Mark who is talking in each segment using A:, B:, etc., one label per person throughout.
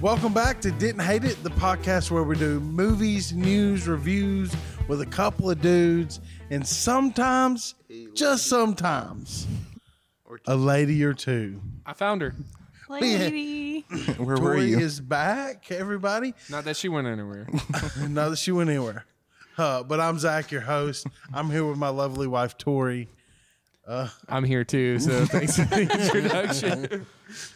A: Welcome back to Didn't Hate It, the podcast where we do movies, news, reviews with a couple of dudes, and sometimes, just sometimes, a lady or two.
B: I found her.
C: Lady.
D: Where were
A: Tori
D: you?
A: is back, everybody.
B: Not that she went anywhere.
A: Not that she went anywhere. Uh, but I'm Zach, your host. I'm here with my lovely wife, Tori.
B: I'm here too, so thanks for the introduction.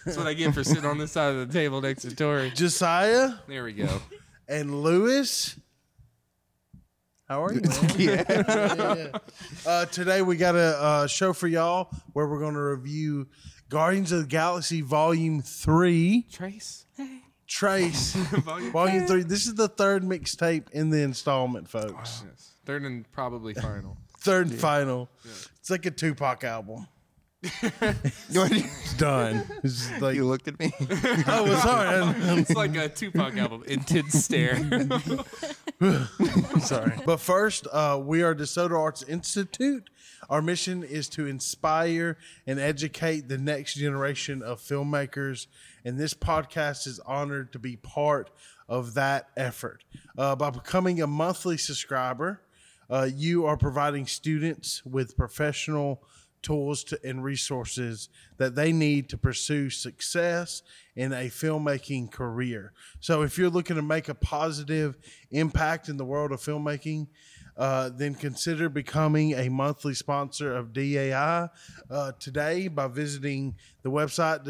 B: That's what I get for sitting on this side of the table next to Tori.
A: Josiah
B: There we go.
A: and Lewis. How are you? man? Yeah, yeah. Uh, today we got a uh, show for y'all where we're going to review Guardians of the Galaxy Volume Three.
B: Trace.
A: Trace
B: Volume-
A: Volume Three. This is the third mixtape in the installment, folks.
B: Yes. Third and probably final.
A: Third and final. It's like a Tupac album. It's done. It's like,
D: you looked at me.
A: oh, it's hard.
B: It's like a Tupac album, Intense Stare.
A: Sorry. But first, uh, we are DeSoto Arts Institute. Our mission is to inspire and educate the next generation of filmmakers. And this podcast is honored to be part of that effort. Uh, by becoming a monthly subscriber, uh, you are providing students with professional tools to, and resources that they need to pursue success in a filmmaking career. So, if you're looking to make a positive impact in the world of filmmaking, uh, then consider becoming a monthly sponsor of DAI uh, today by visiting the website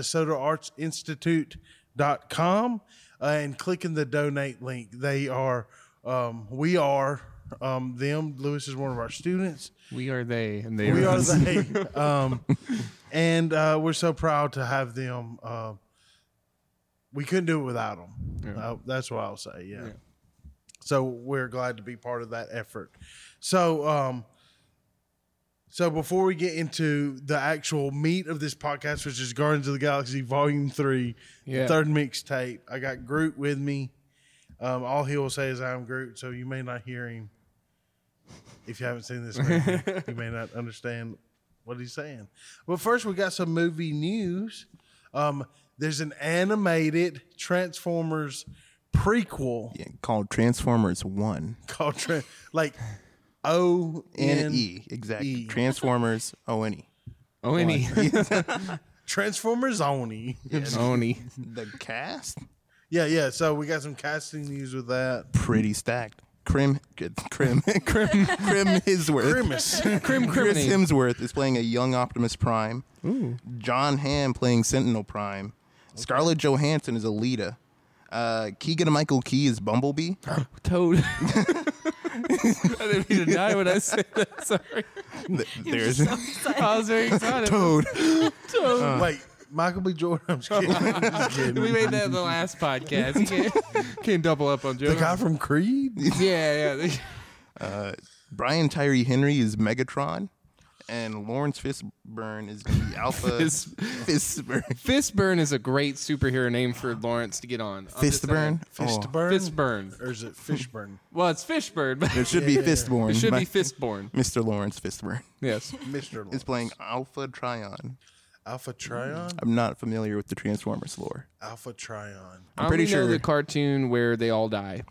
A: DeSotoArtsInstitute.com uh, and clicking the donate link. They are, um, we are um, them. Lewis is one of our students
B: We are they, and they
A: we
B: are
A: are
B: us.
A: they. Um, and uh, we're so proud to have them. Uh, we couldn't do it without them. Uh, that's what I'll say. Yeah. So we're glad to be part of that effort. So, um, so before we get into the actual meat of this podcast, which is Guardians of the Galaxy Volume Three,
B: Yeah.
A: third mixtape, I got Groot with me. Um, all he will say is "I'm Groot," so you may not hear him if you haven't seen this movie, you may not understand what he's saying. But first, we got some movie news. Um, there's an animated Transformers prequel
D: Yeah, called Transformers One.
A: called Tran like O
D: N E exactly.
A: E.
D: Transformers O N E.
B: Oh, any.
A: Transformers Oni.
B: Oni.
D: The cast
A: Yeah, yeah. So we got some casting news with that.
D: pretty stacked. Crim, Crim, Crim, Crim Hemsworth.
A: Grimace.
B: Crim
D: Chris
B: Criminy.
D: Hemsworth is playing a young Optimus Prime. John Hamm playing Sentinel Prime. Scarlett Johansson is Alita. Uh, Keegan Michael Key is Bumblebee.
B: Toad. I didn't mean to die when I said that. Sorry.
D: Th- There's
B: I was very excited.
D: Toad. Uh.
A: Wait, Michael B. Jordan. I'm just kidding. I'm just kidding.
B: We made that in the last podcast. You can't, can't double up on
A: The
B: jokes.
A: guy from Creed.
B: Yeah, yeah.
D: Brian Tyree Henry is Megatron. And Lawrence Fishburne is the Alpha
B: Fis-
D: Fishburne.
B: Fistburn is a great superhero name for Lawrence to get on. I'm just saying.
D: Fistburn. Oh,
A: Fistburn.
B: Fistburn.
A: Or is it Fishburne?
B: Well, it's Fishburn, but
D: it
B: it
D: should be Fistborn.
B: should
D: My-
B: be Fistborn.
D: Mr. Lawrence Fishburne
B: Yes.
A: Mr.
D: is playing Alpha Trion.
A: Alpha Trion.
D: I'm not familiar with the Transformers lore.
A: Alpha Trion.
B: I'm
D: pretty
B: pretty sure
D: sure-
B: the cartoon where they all die.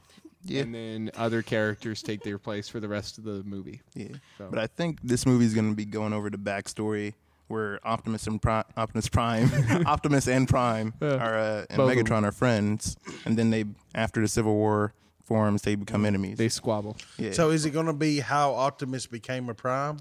D: Yeah.
B: And then other characters take their place for the rest of the movie.
D: Yeah.
B: So-
D: But I think this movie's going to be going over the backstory where Optimus and Prime, Optimus Prime, Optimus and Prime are uh, and
B: both of
D: Megatron are friends, and then they after the Civil War forms they become enemies.
B: Mm. They squabble.
D: yeah,
A: So is it going to be how Optimus became a Prime?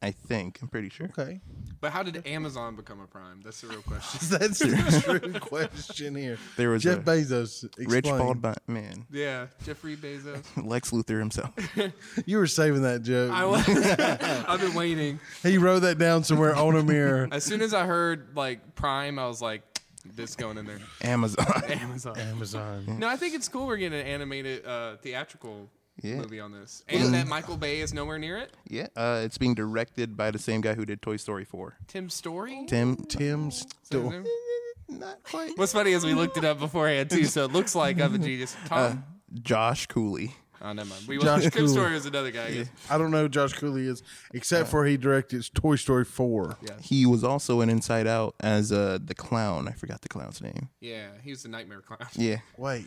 D: I think I'm pretty sure.
A: Okay,
B: But how did Amazon become a prime? That's the real question.
A: that's a true question here.
D: There was
A: Jeff
D: a
A: Bezos.
D: rich
A: explain.
D: bald bi- man,
B: yeah, Jeffrey Bezos.
D: Lex Luthor himself.
A: You were saving that joke.
B: I was. I've been waiting.
A: he wrote that down somewhere on a mirror.
B: As soon as I heard like prime, I was like, this going in there.
D: Amazon.
B: Amazon.
A: Amazon.
B: No, I think it's cool we're getting an animated uh, theatrical
D: Yeah.
B: movie on this. And that Michael Bay is nowhere near it.
D: yeah, uh, it's being directed by the same guy who did Toy Story 4.
B: Tim Story?
D: Tim.
A: Tim's
B: Is
A: door.
B: that his name?
D: Not quite.
B: What's funny is we looked it up beforehand too, so it looks like I'm a genius. Tom
D: Josh Cooley.
B: Oh, never mind. We
A: Josh
B: watched Crib
A: Cooley.
B: Story was another guy. I guess.
A: I don't know who Josh Cooley is, except for he directed Toy Story 4.
D: He was also in Inside Out as uh, the clown. I forgot the clown's name.
B: Yeah, he was the nightmare clown.
D: Yeah.
A: Wait,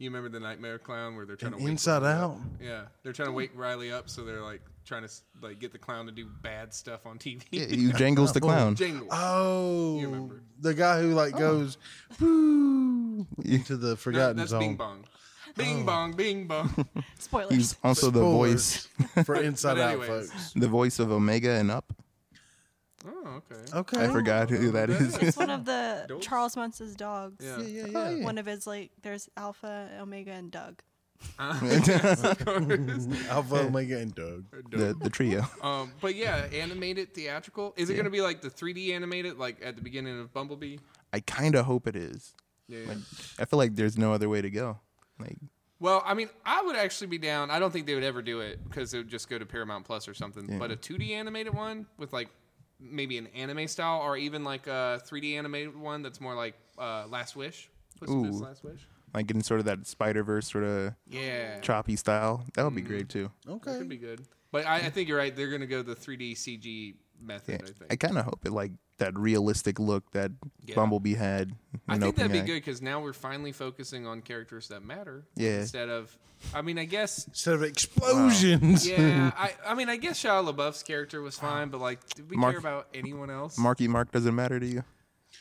B: You remember the nightmare clown where they're trying to wake
A: Inside
B: Riley
A: Out?
B: Up? Yeah, they're trying to wake Riley up, so they're like trying to s- like get the clown to do bad stuff on TV.
D: yeah you jangles the clown.
B: Jingle.
A: Oh,
B: remember.
A: the guy who like goes "Boo," into the
B: No,
A: forgotten
B: that's Bing
A: zone.
B: Bong. Bing Bong, Bing Bong.
D: He
C: Spoilers.
D: was also the voice,
A: Spoilers for Inside
B: But
A: Out,
B: anyways.
A: folks.
D: the voice of Omega and Up.
B: oh, okay.
A: Okay,
D: I forgot who that is.
C: It's one of the
B: Dogs?
C: Charles Munson's dogs.
B: Yeah.
A: Yeah, yeah, yeah.
C: Uh, One of his like, there's Alpha, Omega, and Doug.
A: Alpha Omega and Doug.
D: the the trio.
B: Um, but yeah, animated theatrical. Is it going to be like the 3D animated, like at the beginning of Bumblebee?
D: I kind of hope it is.
B: Yeah.
D: Like, I feel like there's no other way to go. Like,
B: Well, I mean, I would actually be down. I don't think they would ever do it because it would just go to Paramount Plus or something. But a 2D animated one with like maybe an anime style, or even like a 3D animated one that's more like uh, Last Wish. Puss in Boots'
D: Ooh.
B: Last Wish.
D: like getting sort of that Spider Verse sort of
B: Yeah,
D: choppy style. That would be
B: Mm.
D: great too.
B: that could
A: Okay,
B: be good. But I, I think you're right. They're going to go the 3D CG
D: Yeah.
B: method. I
D: I
B: think.
D: kind of hope it like that realistic look that
B: Yeah.
D: Bumblebee had.
B: I,
D: in
B: think that'd be
D: Opening Act.
B: good because now we're finally focusing on characters that matter.
D: Yeah.
B: Instead of, I mean, I guess
A: instead of explosions.
B: Yeah, I, I mean, I guess Shia LaBeouf's character was fine, but like, did we
D: Mark-
B: care about anyone else?
D: Marky Mark doesn't matter to you.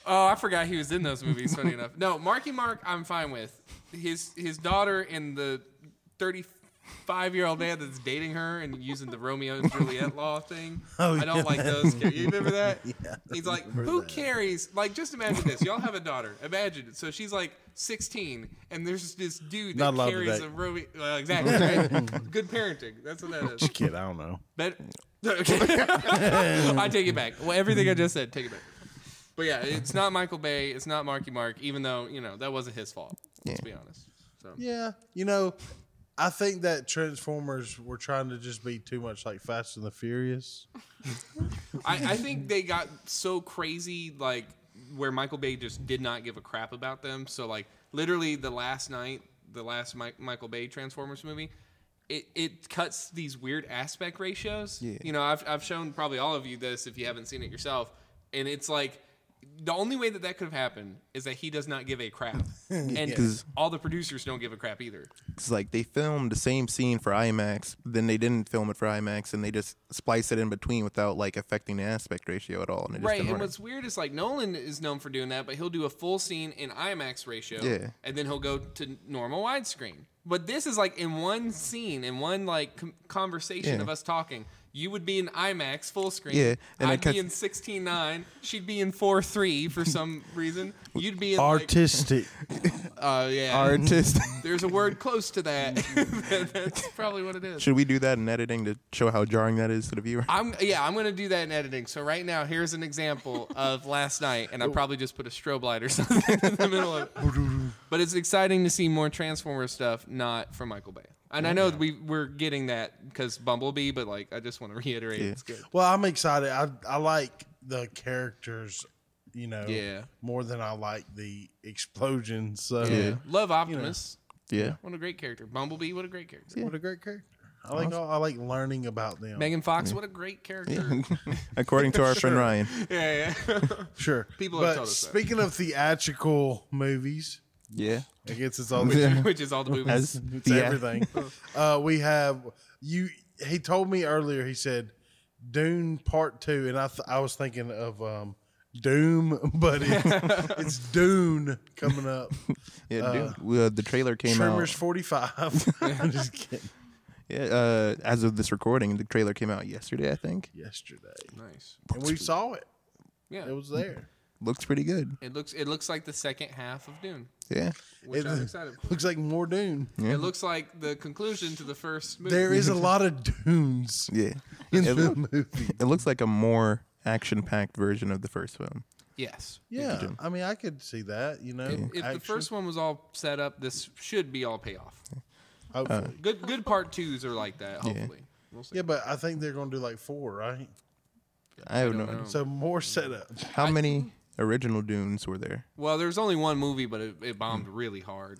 B: oh, I forgot he was in those movies. Funny enough, no, Marky Mark, I'm fine with his his daughter and the 35 year old man that's dating her and using the Romeo and Juliet law thing.
A: Oh,
B: I don't
A: yeah.
B: like those. char- You remember that? He's like, who
A: that.
B: carries? Like, just imagine this. Y'all have a daughter. Imagine. So she's like 16, and there's this dude
A: Not
B: that
A: allowed
B: carries
A: to date.
B: a Romeo. Well, exactly. right? Good parenting. That's what that is.
A: Just kidding. I don't know.
B: Bet- Okay. I take it back. Well, everything I just said, take it back. But yeah, it's not Michael Bay. It's not Marky Mark. Even though you know that wasn't his fault. Let's
D: Yeah.
B: be honest. So
A: Yeah, you know, I think that Transformers were trying to just be too much like Fast and the Furious.
B: I, I think they got so crazy, like where Michael Bay just did not give a crap about them. So like literally the last night, the last Mi- Michael Bay Transformers movie, it, it cuts these weird aspect ratios.
D: Yeah.
B: You know, I've I've shown probably all of you this if you haven't seen it yourself, and it's like. The only way that that could have happened is that he does not give a crap, and
D: 'Cause-
B: all the producers don't give a crap either.
D: It's like they filmed the same scene for IMAX, then they didn't film it for IMAX, and they just splice it in between without like affecting the aspect ratio at all. And it just
B: Right,
D: didn't
B: and
D: work.
B: what's weird is like Nolan is known for doing that, but he'll do a full scene in IMAX ratio,
D: Yeah.
B: and then he'll go to normal widescreen. But this is like in one scene, in one like com- conversation
D: Yeah.
B: of us talking. You would be in IMAX full screen.
D: Yeah, and
B: I'd
D: it
B: be
D: cuts-
B: in sixteen nine. She'd be in four three for some reason. You'd be in
A: Artistic.
B: Like, uh, yeah.
D: artist.
B: There's a word close to that. That's probably what it is.
D: Should we do that in editing to show how jarring that is to the viewer?
B: I'm yeah, I'm gonna do that in editing. So right now, here's an example of last night, and I probably just put a strobe light or something in the middle of it. But it's exciting to see more Transformer stuff, not from Michael Bay. And I know we we're getting that because Bumblebee, but like I just want to reiterate, it's good.
A: Well, I'm excited. I I like the characters, you know,
B: Yeah.
A: more than I like the explosions. So
B: Yeah. Love Optimus.
D: Yeah.
B: What a great character. Bumblebee, what a great character.
A: what a great character. I like all, I like learning about them.
B: Megan Fox, what a great character.
D: According to our friend Ryan.
B: Yeah, yeah.
A: Sure.
B: People have
A: but
B: told us that.
A: speaking of theatrical movies,
D: Yeah.
A: I guess it's all
B: Which is all the movies.
D: As
A: it's everything. uh, we have you. He told me earlier. He said Dune Part Two, and I th- I was thinking of um, Doom, but it's, it's Dune coming up.
D: Yeah, dude. We, uh, the trailer came
A: Tremors
D: out.
A: forty five. I'm just kidding.
D: Yeah, uh, as of this recording, the trailer came out yesterday, I think.
A: Yesterday,
B: nice.
A: and we saw it. It
B: Yeah.
A: was there.
D: Looks pretty good.
B: It looks it looks like the second half of Dune,
D: Yeah.
B: which
A: It-
B: I'm excited for.
A: Looks like more Dune.
B: It looks like the conclusion to the first movie.
A: Mm-hmm. There is a lot of Dunes
D: Yeah.
A: in
D: It,
A: the
D: loo-
A: movie.
D: it looks like a more action packed version of the first film.
B: yes.
A: Yeah, I mean, I could see that. You know,
B: If the
A: action,
B: first one was all set up, this should be all payoff.
A: hopefully.
B: Good good part twos are like that, hopefully. We'll see.
A: yeah, but I think they're going to do like four, right?
D: I have no idea.
A: So more setup.
D: How many original Dunes were there?
A: Mm. Uh-huh.
B: Well, there's only one movie, but it, it bombed really hard.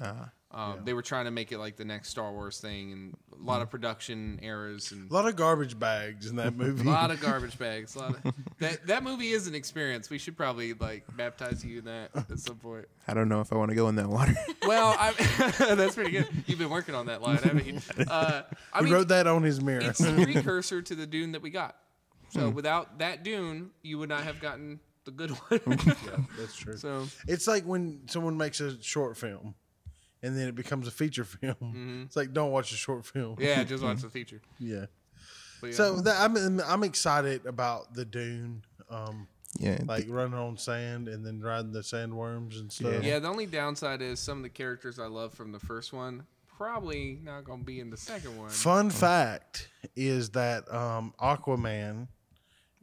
B: Um, They were trying to make it like the next Star Wars thing, and a lot
A: Mm-hmm.
B: of production errors and
A: A lot of garbage bags in that movie.
B: a lot of garbage bags. A lot of that. That movie is an experience. We should probably like baptize you in that at some point.
D: I don't know if I want to go in that water.
B: Well, I, that's pretty good. You've been working on that line, haven't you? Uh, I
A: he
B: mean,
A: wrote that on his mirror.
B: it's the precursor to the Dune that we got. So without that Dune, you would not have gotten the good one.
A: That's true.
B: so
A: It's like when someone makes a short film and then it becomes a feature film. It's like don't watch a short film.
B: Mm-hmm. yeah, just watch the feature.
A: Yeah.
B: But yeah.
A: So that, I'm I'm excited about the Dune, um,
E: Yeah.
A: like running on sand and then riding the sandworms and stuff.
B: yeah, the only downside is some of the characters I love from the first one probably not going to be in the second one.
A: Fun fact is that um, Aquaman,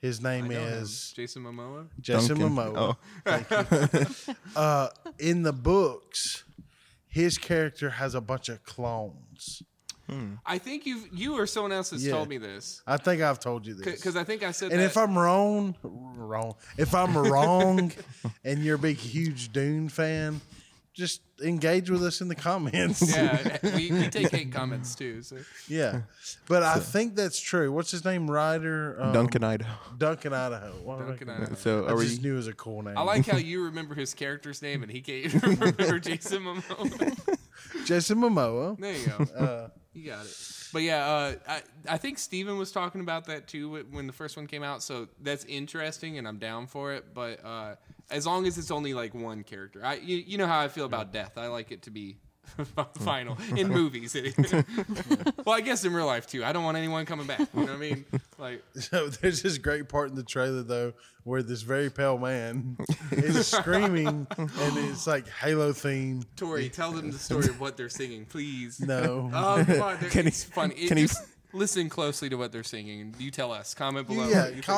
A: his
B: I
A: name
B: know him.
A: is
B: Jason Momoa?
A: Jason
E: Duncan.
A: Momoa.
E: Oh.
A: uh, in the books, his character has a bunch of clones.
B: I think you you or someone else has
A: Yeah.
B: told me this
A: I think I've told you this.
B: because I think I said
A: and
B: that.
A: if I'm wrong, wrong. If I'm wrong, and you're a big, huge Dune fan, just engage with us in the comments.
B: yeah, we, we take hate comments too. So.
A: Yeah. But I think that's true. What's his name? Ryder um,
D: Duncan, Idaho.
A: Duncan Idaho. Why did I-
B: Duncan, I,
D: So
A: I
D: are
A: just
D: we?
A: knew it was a cool name.
B: I like how you remember his character's name and he can't even remember Jason Momoa.
A: Jason Momoa.
B: There you go.
D: Uh.
B: you got it. But yeah, uh, I I think Steven was talking about that too wh- when the first one came out. So that's interesting, and I'm down for it. But uh, as long as it's only like one character, I you, you know how I feel about death. I like it to be final in movies. well, I guess in real life too. I don't want anyone coming back. You know what I mean? Like
A: So there's this great part in the trailer though, where this very pale man is screaming, and it's like Halo theme.
B: Tori, tell them the story of what they're singing, please.
A: No,
B: Oh, come on. they're-
D: Can he-
B: it's funny. It-
D: can he-
B: just listen closely to what they're singing, and you tell us. Comment below. what you
A: yeah,
B: think they're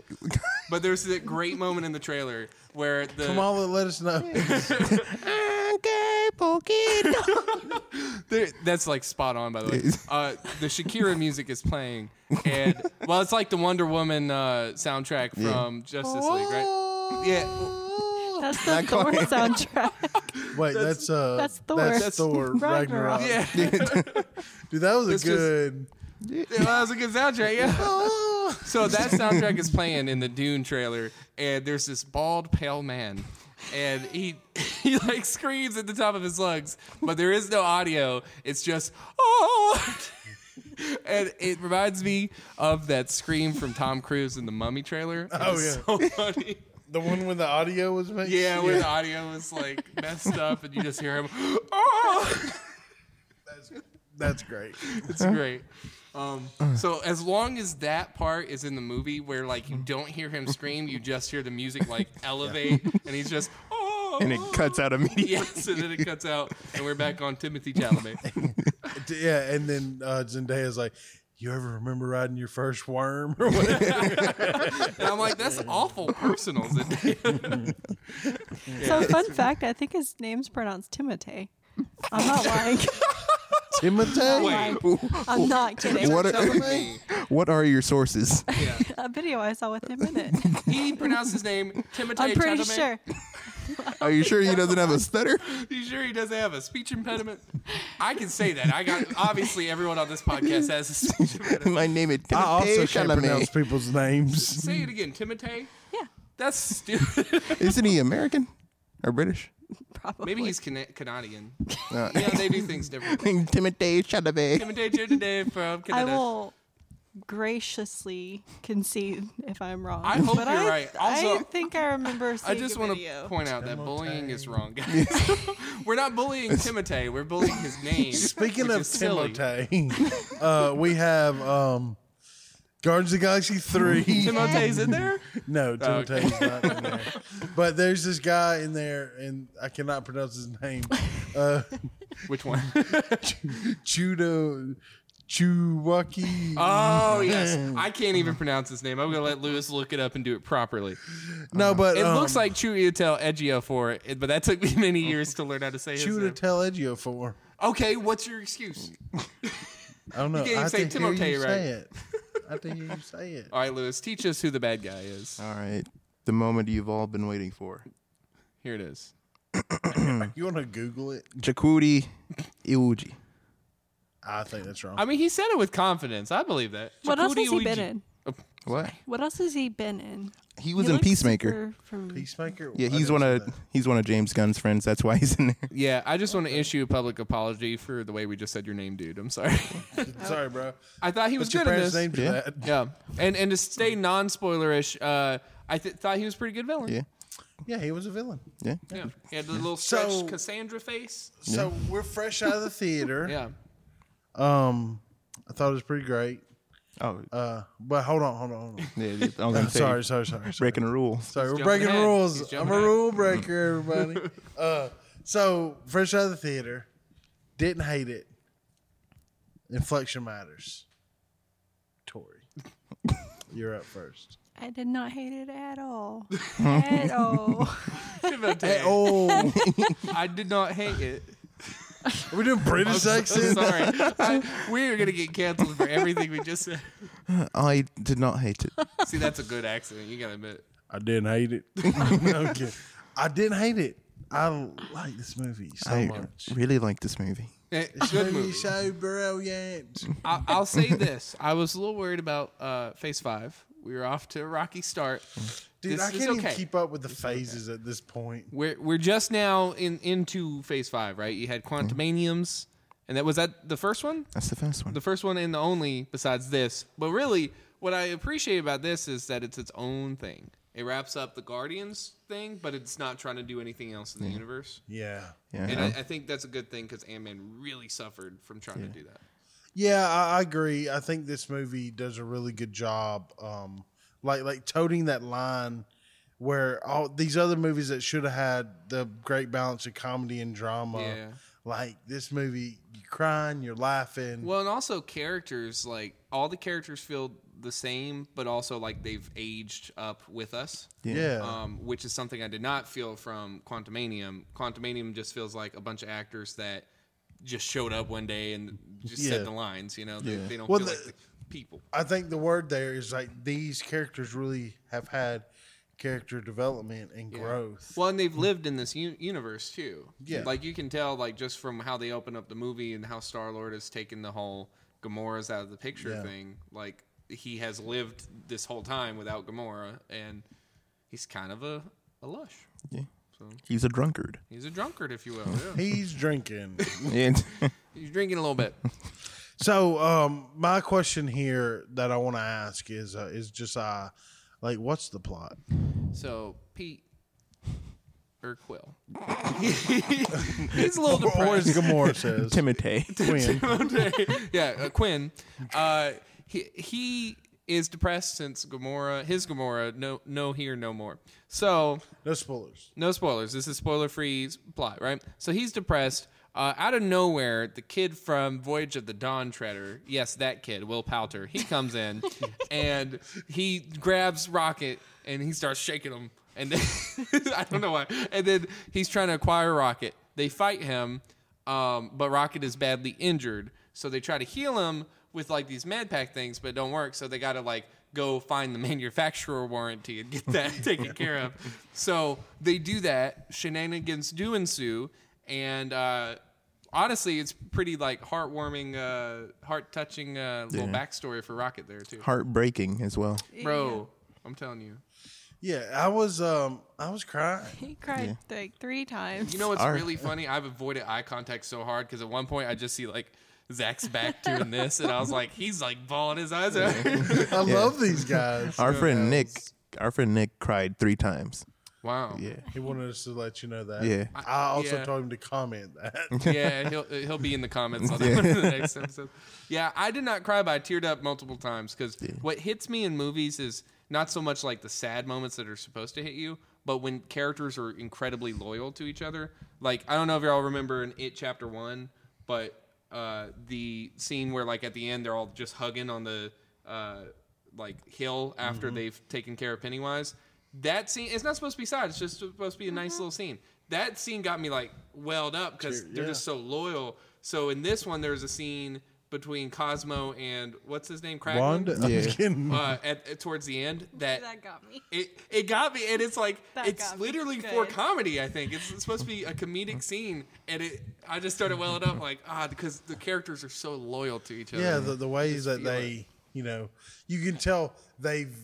A: comma.
B: But there's that great moment in the trailer where the
A: Kamala, let us know.
B: there- that's like spot on by the way. Uh, the Shakira music is playing, and well, it's like the Wonder Woman uh, soundtrack from Justice League, right? Yeah,
C: That's the Thor soundtrack.
A: Wait, that's, uh,
C: that's Thor.
A: That's
C: That's
A: Thor
C: Ragnarok.
A: Ragnarok.
B: yeah.
A: Dude, that was a
B: It's just-
A: good.
B: Yeah, that was a good soundtrack. Yeah. so that soundtrack is playing in the Dune trailer, and there's this bald, pale man, and he he like screams at the top of his lungs, but there is no audio. It's just oh. And it reminds me of that scream from Tom Cruise in the Mummy trailer.
A: Oh,
B: It's
A: yeah.
B: so funny.
A: The one when the audio was mixed.
B: Yeah, where the audio was like messed up, and you just hear him. Oh!
A: that's great.
B: It's great. Um, so as long as that part is in the movie where like you don't hear him scream, you just hear the music like elevate, and he's just oh,
D: And it cuts out immediately.
B: Yes, and then it cuts out, and we're back on Timothy Chalamet.
A: D- Yeah, and then uh, Zendaya's like, "You ever remember riding your first worm?" Or whatever.
B: And I'm like, that's awful personal.
C: so fun fact, I think his name's pronounced Timotei. I'm not lying.
A: Timotei.
B: Wait.
C: Like, I'm not kidding.
E: What are,
B: Chalamet.
E: what are your sources?
B: Yeah.
C: A video I saw with him in it.
B: He pronounced his name Timothy
C: I'm pretty
B: Chalamet.
C: sure.
E: Are you sure he doesn't have a stutter?
B: You sure he doesn't have a speech impediment? I can say that. I got obviously everyone on this podcast has a speech impediment.
E: My name is
A: I also
E: Timothée
A: can't pronounce
E: Chalamet.
A: people's names.
B: Say it again, Timothy.
C: Yeah,
B: That's stupid.
E: Isn't he American or British?
C: probably.
B: Maybe he's Cana- Canadian.
E: Uh,
B: yeah, they do things differently.
E: Timothée Chalamet.
B: Intimidate you today from
C: I
B: Canada.
C: will graciously concede if I'm wrong.
B: I hope
C: but
B: you're
C: I,
B: right. Also,
C: I think I remember
B: I
C: seeing
B: just
C: want
B: want to point out that bullying is wrong, guys. we're not bullying Timotei. We're bullying his name.
A: Speaking
B: which
A: of
B: is silly.
A: Timotei, uh, we have um, Guardians of the Galaxy three.
B: Timotei's in there.
A: No,
B: Oh, okay.
A: Timotei's not in there. But there's this guy in there, and I cannot pronounce his name. Uh,
B: Which one?
A: Judo Chewaki.
B: Oh yes, I can't even pronounce his name. I'm gonna let Lewis look it up and do it properly.
A: no, but
B: It
A: um,
B: looks like Chuyotel Edgio for it, but that took me many years to learn how to say his
A: Judo
B: name.
A: Telegio for.
B: Okay, what's your excuse?
A: I don't know.
B: can't even
A: I
B: say
A: think hear
B: Timotei
A: you
B: right.
A: say it. I think you say it.
B: All right, Lewis, teach us who the bad guy is.
E: All right. The moment you've all been waiting for.
B: Here it is.
A: You want to Google it?
E: Jakuti Iwuji.
A: I think that's wrong.
B: I mean, he said it with confidence. I believe that.
C: What else has he
B: Chakuti
C: been
B: Uji.
C: in?
E: What?
C: What else has he been in?
E: He was
C: He
E: in
C: looks
E: Peacemaker.
C: super familiar.
A: Peacemaker.
E: Yeah,
A: I
E: he's
A: didn't
E: one
A: see
E: of
A: that.
E: he's one of James Gunn's friends. That's why he's in there.
B: Yeah, I just want to issue a public apology for the way we just said your name, dude. I'm sorry.
A: Sorry, bro.
B: I thought he was
A: What's your
B: Oh, good at
A: parents'
B: this.
A: name for
E: Yeah.
A: that?
B: Yeah, and and to stay non-spoilerish, uh, I th- thought he was a pretty good villain.
E: Yeah.
A: Yeah, he was a villain.
E: Yeah.
B: yeah. He had the little stretched
A: So-
B: Cassandra face.
A: So we're fresh out of the theater.
B: Yeah,
A: Um, I thought it was pretty great.
E: Oh,
A: Uh, but hold on, hold on, hold on.
E: yeah, yeah, I was gonna say
A: sorry, sorry, sorry, sorry.
E: breaking the rules.
A: Sorry, we're
B: jumping
A: breaking
B: ahead. He's
A: rules. I'm
B: jumping
A: a
B: ahead.
A: rule breaker, everybody. uh, so fresh out of the theater, didn't hate it. Inflection matters. Tori, you're up first.
C: I did not hate it at all. at all.
A: Oh,
B: I did not hate it.
A: are we doing British
B: I'm so
A: accent?
B: sorry. I, we are gonna get canceled for everything we just said.
E: I did not hate it.
B: See, that's a good accident. You gotta admit.
A: I didn't hate it. okay. I didn't hate it. I like this movie so
E: I
A: much.
E: really like this movie.
B: Eh,
A: This
B: good
A: movie's
B: movie.
A: so brilliant.
B: I, I'll say this: I was a little worried about uh, Phase Five. We were off to a rocky start.
A: Dude,
B: This
A: I
B: is
A: can't even
B: okay.
A: keep up with the phases at this point.
B: We're we're just now in into Phase Five, right? You had
A: Mm-hmm.
B: Quantumaniums, and that was that the first one.
E: That's the first one.
B: the first one and the only besides this. But really, what I appreciate about this is that it's its own thing. It wraps up the Guardians thing, but it's not trying to do anything else in the universe.
A: Yeah. Uh-huh.
E: yeah.
B: And I, I think that's a good thing because Ant Man really suffered from trying to do that.
A: Yeah, I, I agree. I think this movie does a really good job, um, like like toting that line where all these other movies that should have had the great balance of comedy and drama,
B: Yeah.
A: like this movie, you're crying, you're laughing.
B: Well, and also characters like all the characters feel the same, but also like they've aged up with us.
A: yeah,
B: um, which is something I did not feel from Quantumanium. Quantumanium just feels like a bunch of actors that just showed up one day and just
A: Yeah.
B: said the lines. You know, they, they don't
A: Well,
B: feel
A: the-
B: like the people.
A: I think the word there is like these characters really have had character development and growth.
B: Well, and they've lived in this u- universe too.
A: Yeah.
B: like you can tell, like just from how they open up the movie and how Star Lord has taken the whole Gamora's out of the picture
A: Yeah.
B: thing. Like he has lived this whole time without Gamora, and he's kind of a, a lush.
E: Yeah. He's a drunkard.
B: He's a drunkard, if you will. Yeah.
A: He's drinking.
E: And
B: He's drinking a little bit.
A: So, um, my question here that I want to ask is uh, is just uh, like, what's the plot?
B: So Pete or Quill. He's a little
A: Or, or as
B: depressed.
A: Gamora says,
E: Timotei.
A: Quinn.
B: yeah, uh, Quinn. Uh, he he is depressed since Gamora. His Gamora. No, no here, no more. So
A: No spoilers.
B: no spoilers. This is spoiler free plot, right? So he's depressed. Uh, out of nowhere, the kid from Voyage of the Dawn Treader, yes, that kid, Will Powter, he comes in and he grabs Rocket and he starts shaking him. And then, I don't know why. And then he's trying to acquire Rocket. They fight him, um, but Rocket is badly injured. So they try to heal him with like these med pack things, but it don't work. So they got to like go find the manufacturer warranty and get that taken care of. So they do that. Shenanigans do ensue, and uh, honestly, it's pretty like heartwarming, uh, heart touching uh, little backstory for Rocket there too,
E: Heartbreaking as well.
B: bro. I'm telling you.
A: Yeah, I was um, I was crying.
C: He cried like three times.
B: You know what's
E: Our-
B: really funny? I've avoided eye contact so hard because at one point I just see like Zach's back doing this, and I was like, he's like bawling his eyes out.
A: I love these guys.
E: Our friend Nick, our friend Nick cried three times.
B: wow.
E: Yeah.
A: He wanted us to let you know that.
E: Yeah.
A: I also
B: Yeah.
A: told him to comment that.
B: yeah, he'll he'll be in the comments on the next episode. Yeah, I did not cry, but I teared up multiple times because what hits me in movies is not so much like the sad moments that are supposed to hit you, but when characters are incredibly loyal to each other. Like I don't know if y'all remember in It Chapter One, but uh, the scene where like at the end they're all just hugging on the uh, like hill after they've taken care of Pennywise. That scene it's not supposed to be sad. It's just supposed to be a nice little scene. That scene got me like welled up because they're
A: yeah.
B: just so loyal. So in this one, there's a scene between Cosmo and what's his name, Kraglin.
A: Wand? I'm
D: Yeah.
A: kidding.
B: Uh, at, at- towards the end, that
C: That got me.
B: it it got me, and it's like
C: That
B: it's
C: got me.
B: literally for
C: Good.
B: comedy. I think it's, it's supposed to be a comedic scene, and it I just started welling up like ah because the characters are so loyal to each other.
A: yeah, the, the ways that
B: feel it.
A: they, you know, you can tell they've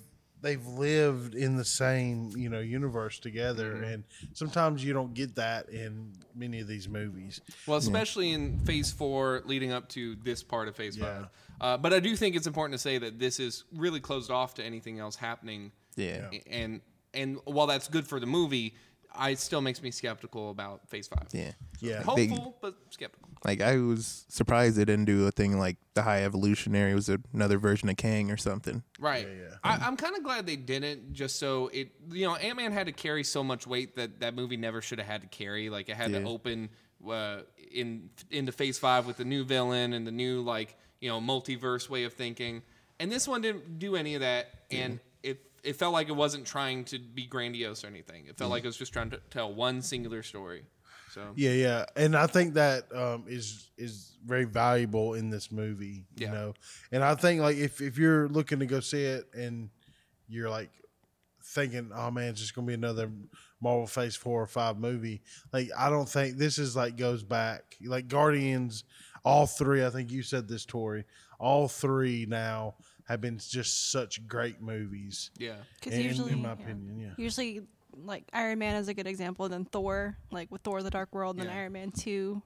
A: they've lived in the same you know universe together, and sometimes you don't get that in many of these movies.
B: Well, especially in phase four, leading up to this part of phase
A: Yeah.
B: five. Uh, but I do think it's important to say that this is really closed off to anything else happening.
D: Yeah.
B: A- And and while that's good for the movie, I it still makes me skeptical about phase five.
D: Yeah.
A: Yeah,
D: They-
B: Hopeful, but skeptical.
D: Like I was surprised they didn't do a thing like the High Evolutionary was another version of Kang or something.
B: Right. I, I'm kind of glad they didn't, just so it, you know, Ant Man had to carry so much weight that that movie never should have had to carry. Like it had to
D: Yeah.
B: open uh, in into Phase Five with the new villain and the new like you know multiverse way of thinking, and this one didn't do any of that, and it it felt like it wasn't trying to be grandiose or anything. It
D: Mm-hmm.
B: felt like it was just trying to tell one singular story. So
A: Yeah, yeah, and I think that um, is is very valuable in this movie. You
B: Yeah.
A: know, and I think like if if you're looking to go see it and you're like thinking, oh man, it's just gonna be another Marvel Phase Four or Five movie. Like I don't think this is like goes back like Guardians. All three, I think you said this, Tori. All three now have been just such great movies.
B: yeah.
A: In-
C: Because
A: in
C: usually,
A: my
C: yeah.
A: opinion, yeah.
C: Usually, like Iron Man is a good example. and Then Thor, like with Thor: The Dark World, and then
B: Yeah.
C: Iron Man Two,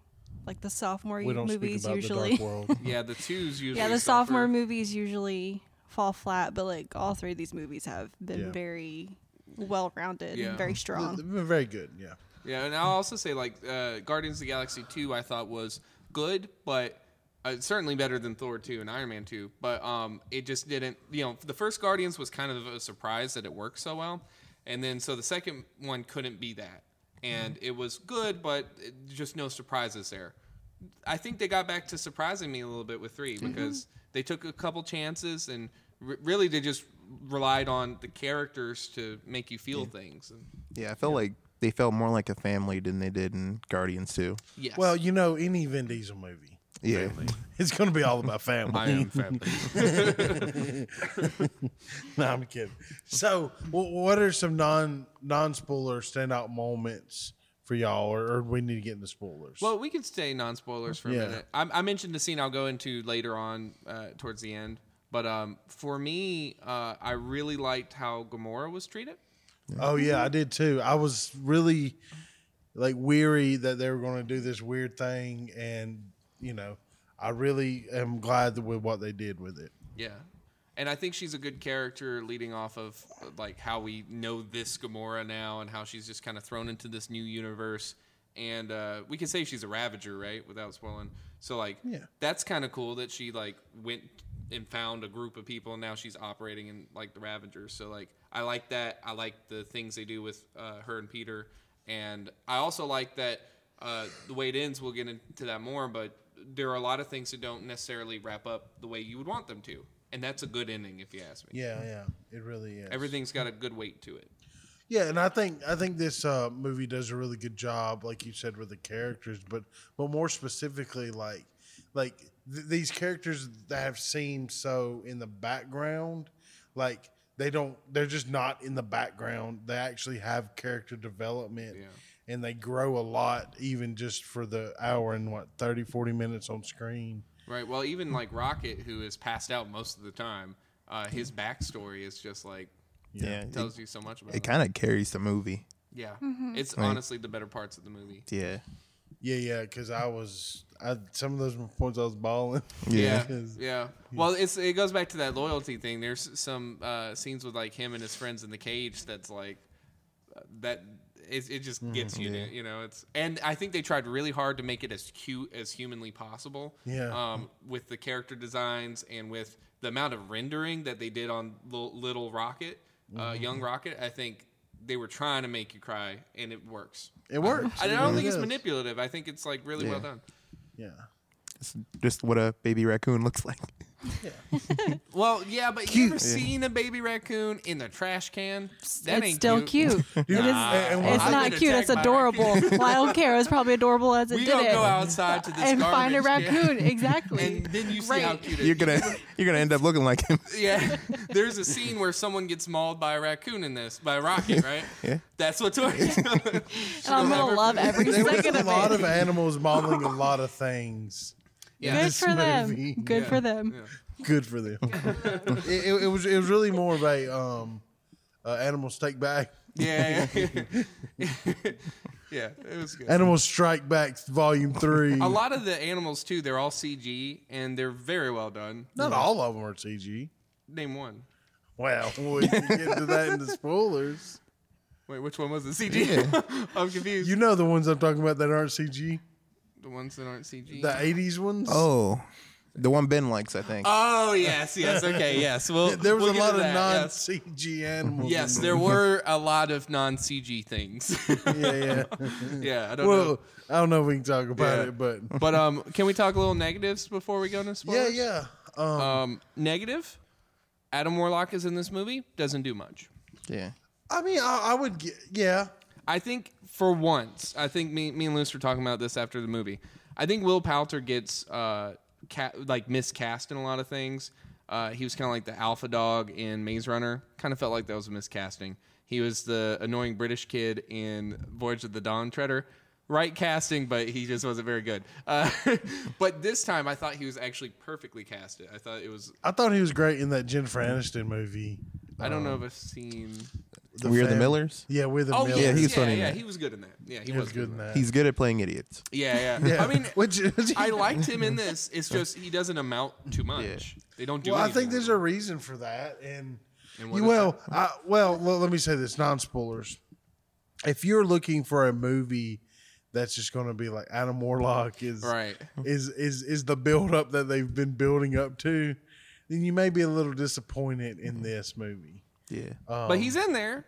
C: like the sophomore
A: We don't
C: movies
A: speak about
C: usually.
A: the dark world.
B: Yeah, the twos usually.
C: yeah, the
B: suffer.
C: sophomore movies usually fall flat, but like all three of these movies have been
A: Yeah.
C: very well-rounded
B: Yeah.
C: and very strong.
A: They've been very good. Yeah.
B: Yeah, and I'll also say like uh, Guardians of the Galaxy two, I thought was good, but uh, certainly better than Thor two and Iron Man two. But um, it just didn't. You know, the first Guardians was kind of a surprise that it worked so well, and then so the second one couldn't be that, and it was good, but it- just no surprises there. I think they got back to surprising me a little bit with three because they took a couple chances and re- really they just relied on the characters to make you feel things. And,
D: Yeah, I felt like they felt more like a family than they did in Guardians too.
B: yes.
A: Well, you know, any Vin Diesel movie,
D: Yeah.
A: it's going to be all about
B: I
A: family.
B: am family.
A: no, I'm kidding. So, wh- what are some non non spoiler standout moments for y'all, or, or we need to get into spoilers?
B: Well, we can stay non spoilers for a
A: Yeah.
B: minute. I, I mentioned the scene I'll go into later on uh, towards the end, but um, for me, uh, I really liked how Gamora was treated.
A: oh yeah, I did too. I was really like weary that they were going to do this weird thing, and you know, I really am glad with what they did with it.
B: Yeah, and I think she's a good character, leading off of uh, like how we know this Gamora now and how she's just kind of thrown into this new universe. And uh, we can say she's a Ravager, right? Without spoiling. So like,
A: Yeah.
B: that's kind of cool that she like went and found a group of people, and now she's operating in like the Ravager. So like, I like that. I like the things they do with uh, her and Peter, and I also like that uh, the way it ends. We'll get into that more, but there are a lot of things that don't necessarily wrap up the way you would want them to, and that's a good ending if you ask me.
A: Yeah, yeah, it really is.
B: Everything's got a good weight to it.
A: Yeah, and I think I think this uh, movie does a really good job, like you said, with the characters, but but more specifically, like like th- these characters that have seemed so in the background, like they don't, they're just not in the background. They actually have character development,
B: Yeah.
A: and they grow a lot, even just for the hour and what 30, 40 minutes on screen.
B: Right. Well, even like Rocket, who is passed out most of the time, uh, his backstory is just like
D: Yeah. It,
B: tells you so much about.
D: it
B: It
D: kind of carries the movie.
B: yeah, it's honestly the better parts of the movie.
D: Yeah.
A: Yeah, yeah, because I was, I some of those points I was balling.
B: Yeah, yeah.
A: 'Cause-
B: Well, it's it goes back to that loyalty thing. There's some uh, scenes with like him and his friends in the cage. That's like uh, that. It, it just gets you,
D: yeah.
B: you know. It's and I think they tried really hard to make it as cute as humanly possible.
A: Yeah.
B: Um, with the character designs and with the amount of rendering that they did on Lil- Little Rocket, uh, Young Rocket, I think they were trying to make you cry, and it works.
A: It works.
B: I
A: It
B: don't
A: really
B: think it's
A: does.
B: manipulative. I think it's like really well done.
A: Yeah.
D: It's just what a baby raccoon looks like.
B: Well, yeah, but you ever seen a baby raccoon in the trash can? That
C: it's
B: ain't
C: still
B: cute.
C: cute. It is,
A: and
C: it's
A: I've
C: not
B: been
C: cute. It's
B: attacked by
C: adorable. well, I don't care. It's probably adorable as it
B: We
C: did
B: gonna
C: it.
B: go outside to this
C: and find a
B: garbage can,
C: raccoon. Exactly.
B: and then you see how
C: Right.
B: cute it
D: You're gonna you're gonna end up looking like him.
B: Yeah, there's a scene where someone gets mauled by a raccoon in this by Rocket, right? Yeah, that's what Tori's doing.
C: And I'm gonna love every
A: There was
C: second
A: a
C: of
A: lot
C: it.
A: of animals modeling a lot of things.
B: Yeah,
C: Good
A: this
C: for
A: movie.
C: them. Good for them.
A: Good for them. it, it, it was it was really more of a um, uh, animal take back,
B: yeah, yeah. yeah. It was good.
A: animal strike back, volume three.
B: A lot of the animals too, they're all CG and they're very well done.
A: Not all of them are CG.
B: Name one.
A: Well, we can get to that in the spoilers.
B: Wait, which one was it? CG? I'm confused.
A: You know the ones I'm talking about that aren't CG,
B: the ones that aren't CG.
A: the '80s ones.
D: Oh, the one Ben likes, I think.
B: oh yes, yes, okay, yes. Well,
A: there was
B: we'll
A: a
B: get
A: lot
B: to
A: of
B: that, Yes.
A: non-CG animals.
B: Yes,
A: in
B: there were a lot of non CG things.
A: Yeah, yeah.
B: yeah, I don't know.
A: Well, I don't know if we can talk about
B: Yeah.
A: it, but
B: But um, can we talk a little negatives before we go into
A: yeah,
B: spoilers?
A: yeah. Um,
B: Um, negative. Adam Warlock is in this movie. Doesn't do much.
D: yeah.
A: I mean, I, I would get yeah.
B: I think for once, I think me, me and Luce were talking about this after the movie. I think Will Poulter gets uh, ca- like miscast in a lot of things. Uh, he was kind of like the alpha dog in Maze Runner. Kind of felt like that was a miscasting. He was the annoying British kid in Voyage of the Dawn Treader. Right casting, but he just wasn't very good. Uh, but this time, I thought he was actually perfectly casted. I thought it was.
A: I thought he was great in that Jennifer Aniston movie.
B: I don't know if I've seen.
D: We're the
A: fam-
D: Millers.
A: Yeah, we're the
B: Oh
A: Millers.
B: yeah,
D: he was
B: yeah,
D: funny in
B: yeah,
D: that.
B: he was good in that. Yeah, he,
A: he was good in that.
D: He's good at playing idiots.
B: Yeah, yeah, I mean,
A: which is,
B: I liked him in this. It's just he doesn't amount to much. They don't do.
A: well, I
B: anything
A: think
B: with
A: there's a reason for that, and,
B: And what
A: you
B: is
A: well, I, well, l- let me say this: non spoilers. If you're looking for a movie that's just going to be like Adam Warlock is
B: him. right.
A: is is is the build up that they've been building up to, then you may be a little disappointed
B: Mm-hmm.
A: in this movie.
D: Yeah.
B: but he's in there.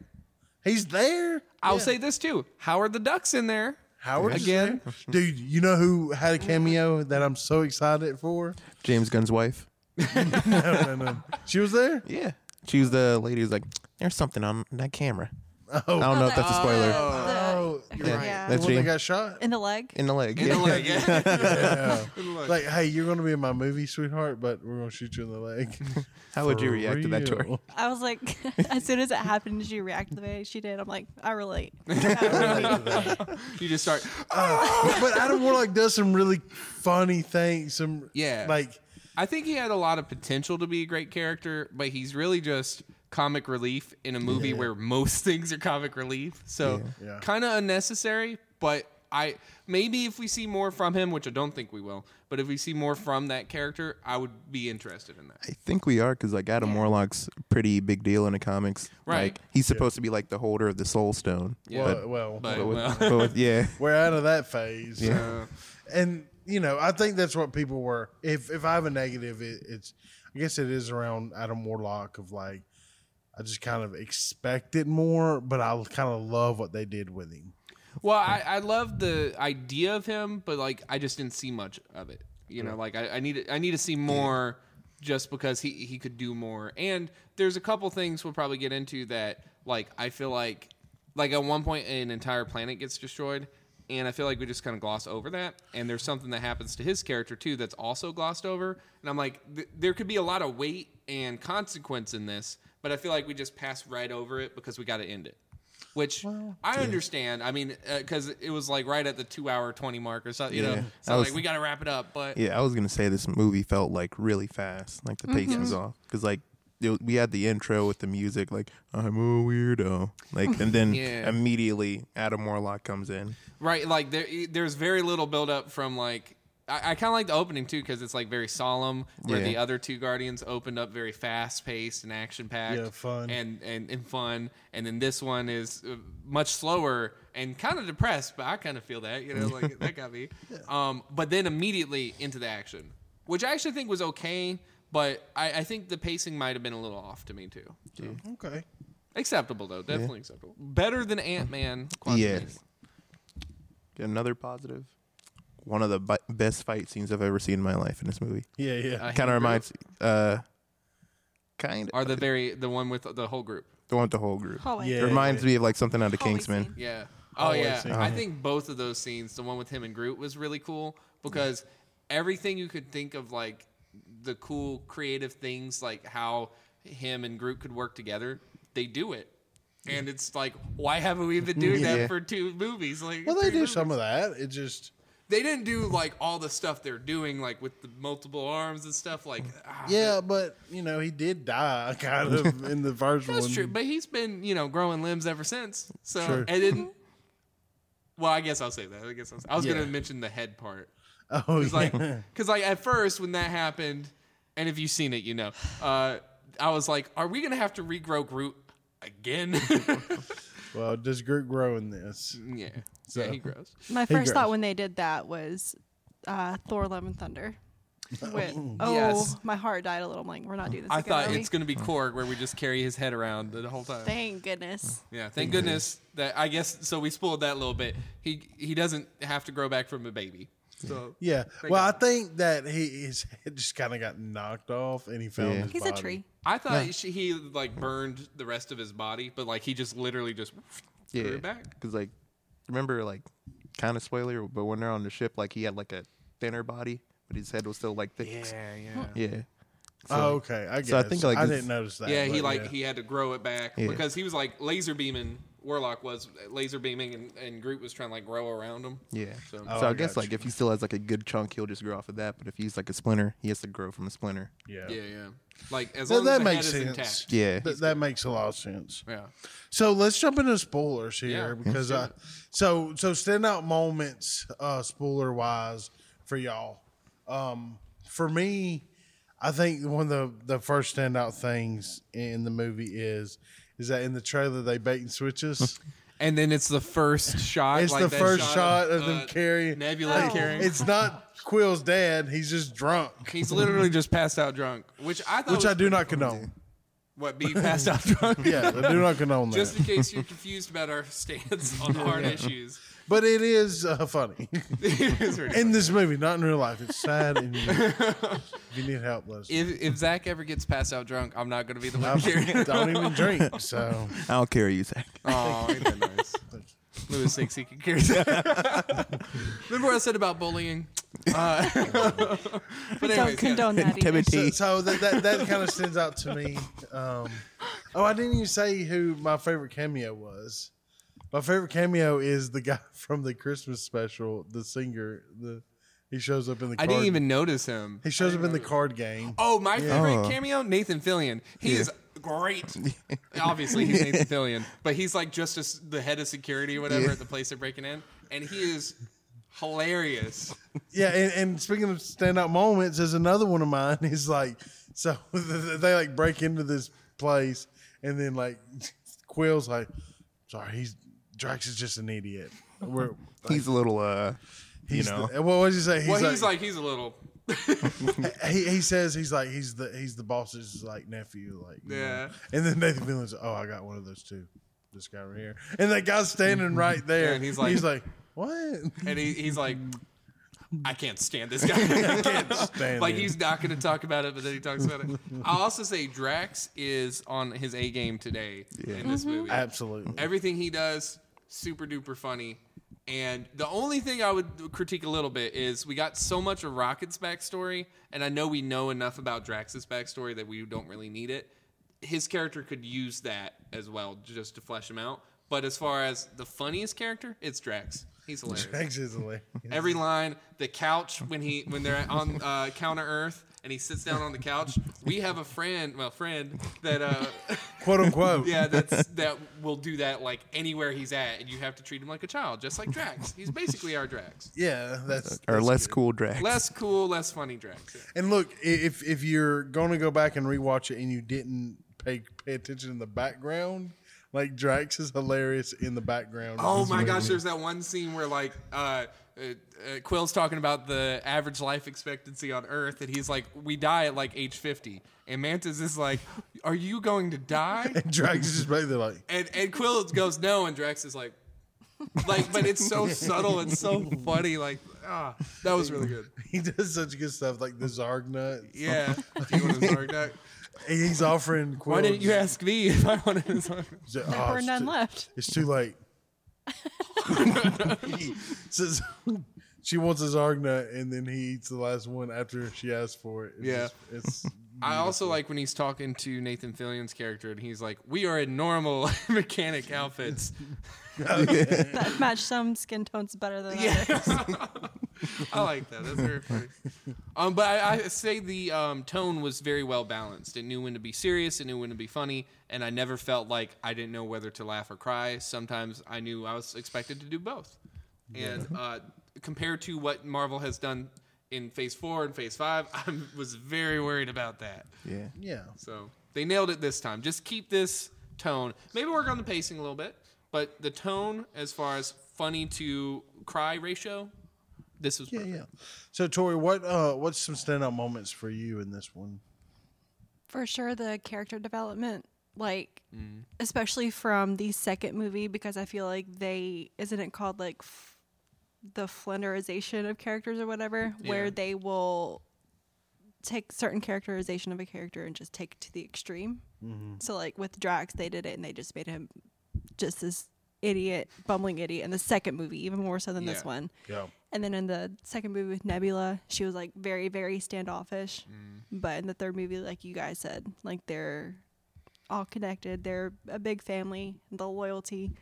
A: He's there.
B: I'll
A: Yeah.
B: say this too. Howard the Duck's in there.
A: Howard
B: Again.
A: again, dude. You know who had a cameo that I'm so excited for?
D: James Gunn's wife.
A: No, no, no. She was there.
D: Yeah. She was the lady who's like, there's something on that camera. I don't know if that's a spoiler.
A: Oh, Uh, you're right.
C: Yeah.
A: The
D: That's
A: one that
D: you.
A: got shot.
C: In the leg.
D: In the leg.
B: In
D: yeah.
B: the leg. Yeah.
A: Like, hey, you're gonna be in my movie, sweetheart, but we're gonna shoot you in the leg.
D: How would you react to that, Tori?
A: Real.
C: I was like, as soon as it happened, she reacted the way she did. I'm like, I relate. I relate.
B: you just start.
A: but Adam Warlock does some really funny things. Some
B: Yeah.
A: like
B: I think he had a lot of potential to be a great character, but he's really just comic relief in a movie where most things are comic relief. So
A: Yeah. Yeah.
B: kind of unnecessary, but I maybe if we see more from him, which I don't think we will, but if we see more from that character, I would be interested in that.
D: I think we are because like Adam Warlock's pretty big deal in the comics.
B: Right.
D: Like he's supposed to be like the holder of the Soul Stone.
B: Yeah.
A: well, well,
B: But,
D: But with,
B: well,
D: but with- yeah.
A: we're out of that phase.
B: uh,
A: and you know, I think that's what people were. If if I have a negative, it, it's I guess it is around Adam Warlock of like I just kind of expected more, but I kind of love what they did with him.
B: Well, I, I love the idea of him, but like I just didn't see much of it. You know, like I, I need I need to see more just because he, he could do more. And there's a couple things we'll probably get into that like I feel like like at one point an entire planet gets destroyed and I feel like we just kind of gloss over that. And there's something that happens to his character too that's also glossed over. And I'm like, th- there could be a lot of weight and consequence in this, but I feel like we just pass right over it because we got to end it. Which I understand. I mean, because it was like right at the two hour twenty mark or something. You
D: Yeah.
B: know,
D: I
B: so
D: was-
B: like we got to wrap it up. But
D: Yeah, I was gonna say this movie felt like really fast, like the pace was
B: Mm-hmm.
D: off because like it, we had the intro with the music, like I'm a weirdo, like, and then
B: Yeah.
D: immediately Adam Warlock comes in.
B: right, like there, e, there's very little build up from like. I, I kind of like the opening too because it's like very solemn. Where
D: Yeah.
B: the other two guardians opened up very fast paced and action packed,
A: Yeah, fun.
B: and, and and fun. And then this one is uh, much slower and kind of depressed, but I kind of feel that you know, like that got me. Um, but then immediately into the action, which I actually think was okay, but I, I think the pacing might have been a little off to me too.
A: Okay,
B: Acceptable though, definitely acceptable. Better than Ant Man.
D: Yes. Another positive. one of the bi- best fight scenes I've ever seen in my life in this movie.
A: Yeah, yeah.
B: I hate
D: Kind of
B: group.
D: reminds, uh, kind of
B: Are the very the one with the whole group?
D: the one with the whole group.
C: Hallway.
A: Yeah.
D: It reminds me of like something out of
C: Hallway
D: Kingsman.
C: scene.
B: Yeah. Oh
A: I
B: yeah.
A: see.
B: I think both of those scenes, the one with him and Groot, was really cool because everything you could think of, like the cool creative things, like how him and Groot could work together, they do it. And it's like, why haven't we been doing
D: Yeah.
B: that for two movies? Like,
A: Well,
B: three
A: they do
B: movies?
A: some of that. It just
B: They didn't do like all the stuff they're doing, like with the multiple arms and stuff. Like, ah,
A: yeah, but you know he did die kind of in the first
B: That's
A: one.
B: true, but he's been you know growing limbs ever since. So
A: Sure.
B: and then, well, I guess I'll say that. I guess I'll, I was
A: Yeah.
B: gonna mention the head part.
A: oh, yeah.
B: It's like because like at first when that happened, and if you've seen it, you know, uh, I was like, are we gonna have to regrow Groot again?
A: well, does Groot grow in this?
B: yeah,
A: So-
B: yeah, he grows.
C: My first
A: Gross.
C: thought when they did that was uh, Thor: Love and Thunder. With, oh,
B: Yes.
C: my heart died a little. I'm like, we're not doing this.
B: I
C: again,
B: thought
C: are we?
B: it's gonna be Korg where we just carry his head around the whole time.
C: Thank goodness.
B: yeah, thank goodness that I guess so. We spoiled that a little bit. He he doesn't have to grow back from a baby. So
A: Yeah. Well, I think that he his head just kind of got knocked off, and he found
D: Yeah.
A: his
C: He's
A: body.
C: a tree.
B: I thought she, he like burned the rest of his body, but like he just literally just grew it
D: Yeah,
B: back.
D: because like remember like kind of spoiler, but when they're on the ship, like he had like a thinner body, but his head was still like thick.
B: yeah,
D: yeah.
A: Oh, okay. I guess.
D: So I think, like,
A: I
D: this-
A: didn't notice that.
B: yeah.
A: but
B: He like he had to grow it back
D: Yeah.
B: because he was like laser beaming. Warlock was laser beaming, and, and Groot was trying to like grow around him.
D: Yeah.
B: So-
D: So,
B: Oh,
A: I
D: I guess
A: gotcha.
D: like if he still has like a good chunk, he'll just grow off of that. But if he's like a splinter, he has to grow from a splinter.
A: yeah.
B: Yeah, yeah. Like as
A: Well,
B: long as
A: that
B: the
A: makes
B: head is
A: sense.
B: intact.
D: Yeah.
A: Th- that makes a lot of sense.
B: Yeah.
A: So let's jump into spoilers here
B: Yeah,
D: Mm-hmm.
A: because I, so so standout moments, uh, spoiler wise for y'all. Um, for me, I think one of the the first standout things in the movie is is that in the trailer they bait and switches.
B: And then it's the first shot.
A: It's
B: like
A: the
B: that
A: first shot of
B: uh,
A: them carrying-
B: Nebula
C: Oh.
B: carrying.
A: it's not Quill's dad; he's just drunk,
B: He's literally just passed out drunk, which I thought
A: which
B: was
A: I do not condone.
B: what be passed out drunk.
A: Yeah, I do not condone that.
B: Just in case you're confused about our stance on hard issues.
A: but it is uh, funny.
B: It's pretty
A: in this movie, not in real life. It's sad, and you, if you need help, let us. know.
B: if if Zach ever gets passed out drunk, I'm not gonna be the one
A: I
B: carrying.
A: don't even drink, so
D: I'll carry you, Zach.
B: Oh, ain't that nice? Lewis thinks he can carry. Remember what I said about bullying? Uh, but
C: We
B: anyways,
C: don't
B: yeah.
C: condone that. either.
A: so, so that that, that kind of stands out to me. Um, oh, I didn't even say who my favorite cameo was. My favorite cameo is the guy from the Christmas special, the singer. The he shows up in the.
B: I
A: Card,
B: didn't even notice him.
A: He shows up in the card game.
B: Oh, my favorite
D: Oh.
B: cameo, Nathan Fillion. He is great. Obviously, he's Nathan Fillion, but he's like just as the head of security or whatever
D: Yeah.
B: at the place they're breaking in, and he is hilarious.
A: Yeah, and, and speaking of standout moments, there's another one of mine. He's like, so they like break into this place, and then like Quill's like, sorry, he's Drax is just an idiot. We're
D: He's a little uh
A: he's
D: you know.
A: the- what was he say? He's
B: well, he's like he's a little.
A: he, he says he's like he's the he's the boss's like nephew like you know.
B: Yeah.
A: and then Nathan Fillion's like, oh I got one of those too this guy right here and that guy's standing right there
B: Yeah, and he's like-
A: he's like what
B: and he, he's like, I can't stand this guy. I can't
A: stand
B: like
A: him.
B: he's not going to talk about it, but then he talks about it. I'll also say Drax is on his A game today in this movie.
A: absolutely
B: Everything he does, super duper funny. And the only thing I would critique a little bit is we got so much of Rocket's backstory, and I know we know enough about Drax's backstory that we don't really need it. His character could use that as well, just to flesh him out. But as far as the funniest character, it's Drax. He's hilarious.
A: Drax is hilarious.
B: Every line, the couch when he when they're on uh, counter Earth and he sits down on the couch. We have a friend, well, friend that uh,
A: quote unquote
B: yeah, that's that will do that like anywhere he's at, and you have to treat him like a child, just like Drax. He's basically our Drax.
A: yeah that's
D: or
A: that's
D: less
A: good.
D: cool Drax.
B: Less cool, less funny Drax. Yeah.
A: And look, i- if if you're gonna go back and rewatch it and you didn't pay pay attention in the background, like Drax is hilarious in the background.
B: Oh my gosh, there's that one scene where like uh, uh, uh, Quill's talking about the average life expectancy on Earth, and he's like, "We die at like age 50," and Mantis is like, "Are you going to die?"
A: And Drax is just back there like
B: and and Quill goes no, and Drax is like, like, but it's so subtle and so funny. Like, Ah, that was really good.
A: He does such good stuff like the Zarg nuts.
B: Yeah. Do you want a Zarg duck?
A: He's offering quills.
B: Why didn't you ask me if I wanted a Zarg duck?
A: He's like,
C: There
A: "Oh,
C: were
A: it's
C: none
A: too-
C: left.
A: It's too late. He says- she wants a Zarg nut, and then he eats the last one after she asks for it. It's
B: Yeah.
A: just- it's
B: I also like when he's talking to Nathan Fillion's character and he's like, We are in normal mechanic outfits.
C: That matched some skin tones better than others.
B: I like that. That's very funny. Um, but I, I say the um, tone was very well balanced. It knew when to be serious, it knew when to be funny, and I never felt like I didn't know whether to laugh or cry. Sometimes I knew I was expected to do both. And uh, compared to what Marvel has done in Phase Four and Phase Five, I was very worried about that.
D: Yeah.
A: yeah.
B: So they nailed it this time. Just keep this tone. Maybe work on the pacing a little bit, but the tone as far as funny to cry ratio, this was
A: Yeah,
B: perfect.
A: yeah. So Tori, what uh what's some standout moments for you in this one?
C: For sure, the character development, like
B: Mm.
C: especially from the second movie, because I feel like they isn't it called like f- the flinderization of characters or whatever,
B: Yeah.
C: where they will take certain characterization of a character and just take it to the extreme. So like with Drax, they did it and they just made him just this idiot, bumbling idiot in the second movie, even more so than
B: Yeah.
C: this one.
A: Yeah.
C: And then in the second movie with Nebula, she was like very, very standoffish.
B: Mm.
C: But in the third movie, like you guys said, like they're all connected. They're a big family. The loyalty.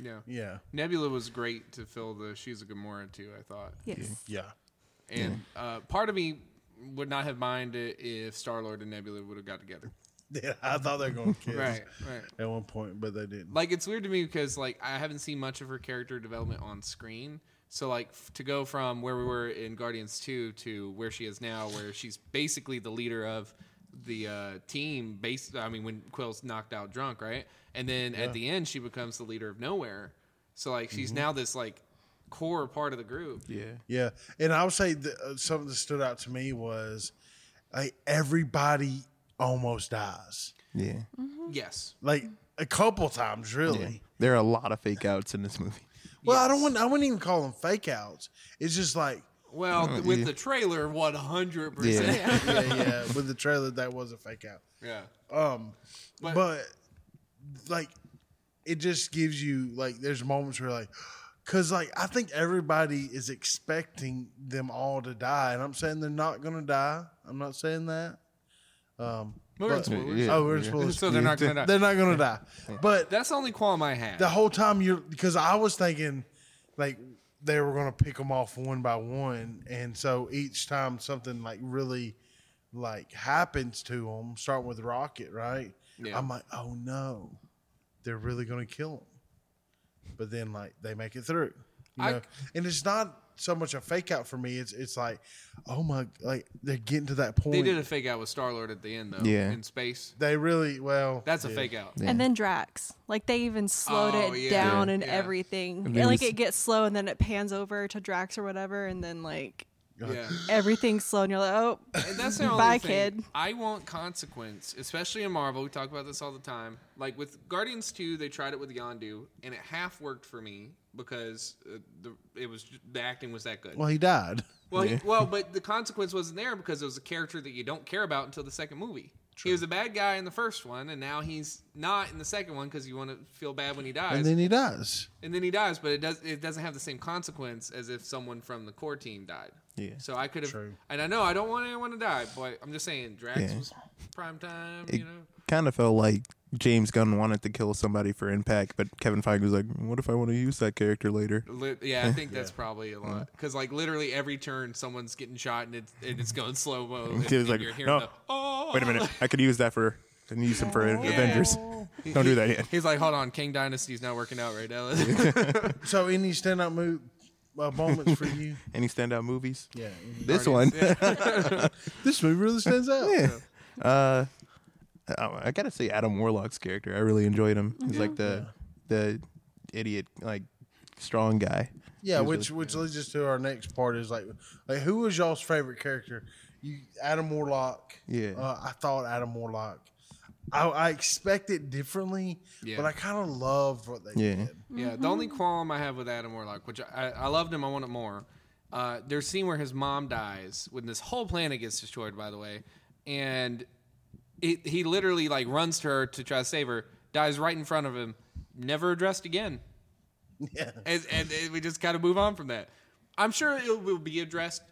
B: Yeah.
A: Yeah.
B: Nebula was great to fill the She's a Gamora too, I thought.
C: Yes.
A: Yeah.
B: And uh, part of me would not have minded if Star Lord and Nebula would have got together.
A: Yeah, I thought they were going to kiss
B: Right, right.
A: at one point, but they didn't.
B: Like it's weird to me because like I haven't seen much of her character development on screen. So like f- to go from where we were in Guardians 2 to where she is now, where she's basically the leader of the uh, team. Based, I mean, when Quill's knocked out drunk, right? And then at the end, she becomes the leader of Nowhere. So like she's now this like core part of the group.
D: Yeah.
A: Mm-hmm. Yeah, and I would say the, uh, something that stood out to me was like everybody almost dies,
D: Yeah.
B: Yes.
A: like a couple times really.
D: There are a lot of fake outs in this movie.
A: Well, I don't want. I wouldn't even call them fake outs. It's just like
B: Well, th- with the trailer, one hundred percent.
D: Yeah.
A: Oh, yeah, yeah. With the trailer, that was a fake out.
B: Yeah.
A: Um,
B: But-
A: but, like, it just gives you like there's moments where like, cause like I think everybody is expecting them all to die, and I'm saying they're not gonna die. I'm not saying that.
B: We're in
A: But-
B: spoilers.
D: Yeah.
A: oh, we're supposed
B: So they're not gonna die.
A: They're not gonna die. But
B: That's the only qualm I have.
A: the whole time you're because I was thinking like they were gonna pick them off one by one, and so each time something like really like happens to them, starting with Rocket, right?
B: Yeah.
A: I'm like, oh no, they're really gonna kill them. But then like they make it through, you
B: I-
A: know. and it's not so much a fake out for me. It's it's like, oh my, like they're getting to that point.
B: They did a fake out with Star Lord at the end though.
D: Yeah.
B: In space.
A: They really well.
B: That's a
A: yeah.
B: fake out.
C: And then Drax. Like they even slowed
B: Oh,
C: it
B: yeah.
C: down
B: Yeah.
C: and
B: Yeah.
C: everything.
D: then
C: And like
D: it's-
C: it gets slow and then it pans over to Drax or whatever, and then like
B: Yeah.
C: everything's slow and you're like, oh,
B: And that's the only
C: Bye,
B: thing.
C: kid.
B: I want consequence, especially in Marvel. We talk about this all the time. Like with Guardians 2, they tried it with Yondu, and it half worked for me because uh, the it was the acting was that good.
A: Well, he died.
B: Well, he- well, but the consequence wasn't there because it was a character that you don't care about until the second movie. He was a bad guy in the first one, and now he's not in the second one because you want to feel bad when he dies,
A: And then he dies.
B: he dies. But it does it doesn't have the same consequence as if someone from the core team died.
D: Yeah.
B: So I could have,
A: True.
B: and I know I don't want anyone to die, but I'm just saying Drax
D: Yeah.
B: was prime time.
D: It
B: you know,
D: kind of felt like James Gunn wanted to kill somebody for impact, but Kevin Feige was like, "What if I want to use that character later?"
B: Li- yeah, I think that's probably a lot because like literally every turn someone's getting shot and it's and it's going slow mo. and,
D: He was
B: and
D: like,
B: you're hearing
D: "No.
B: the, oh,
D: Wait a minute, I could use that for and use him for Avengers. Don't do that yet.
B: He's like, hold on, King Dynasty's not working out right now.
A: So any standout move uh, moments for you?
D: Any standout movies?
A: Yeah.
D: This one.
A: This movie really stands out. yeah.
D: Uh, Oh, I I gotta say Adam Warlock's character. I really enjoyed him. He's like the the idiot, like strong guy. He was
A: which which leads us to our next part is like like who was y'all's favorite character? You Adam Warlock.
D: Yeah.
A: Uh, I thought Adam Warlock. I, I expect it differently,
B: Yeah.
A: but I kind of loved what they
D: Yeah.
A: did.
B: Yeah, the only qualm I have with Adam Warlock, which I, I loved him, I wanted more, Uh, there's a scene where his mom dies when this whole planet gets destroyed, by the way, and it, he literally like runs to her to try to save her, dies right in front of him, never addressed again. Yeah, and, and, and we just kind of move on from that. I'm sure it will be addressed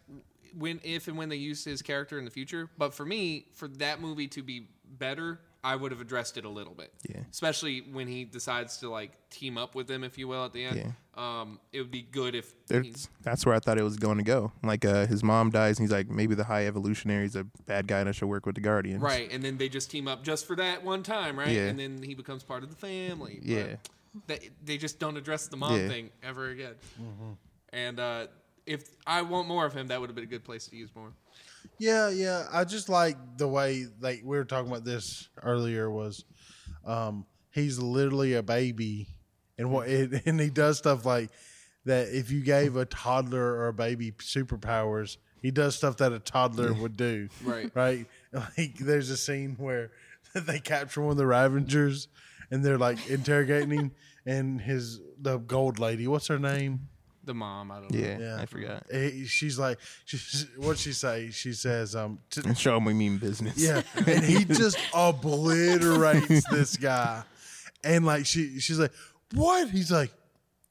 B: when, if, and when they use his character in the future. But for me, for that movie to be better, I would have addressed it a little bit.
D: Yeah.
B: especially when he decides to like team up with them, if you will, at the end.
D: Yeah.
B: Um, it would be good if he-
D: It's, that's where I thought it was going to go. Like uh, his mom dies, and he's like, maybe the high evolutionary's a bad guy, and I should work with the Guardians.
B: Right, and then they just team up just for that one time, right?
D: Yeah.
B: And then he becomes part of the family. but
D: Yeah.
B: They, they just don't address the mom
D: Yeah.
B: thing ever again. And uh, if I want more of him, that would have been a good place to use more.
A: Yeah, yeah. I just like the way like we were talking about this earlier was um he's literally a baby and what it, and he does stuff like that if you gave a toddler or a baby superpowers, he does stuff that a toddler would do.
B: Right.
A: Right? Like there's a scene where they capture one of the Ravengers and they're like interrogating him and his the gold lady, what's her name?
B: The mom, I don't know.
D: Yeah,
A: Yeah.
D: I forgot.
A: Eh, She's like, she's, what'd she say? She says, um, t-
D: Show him we mean business.
A: yeah, and he just obliterates this guy, and like she, she's like, "What?" He's like,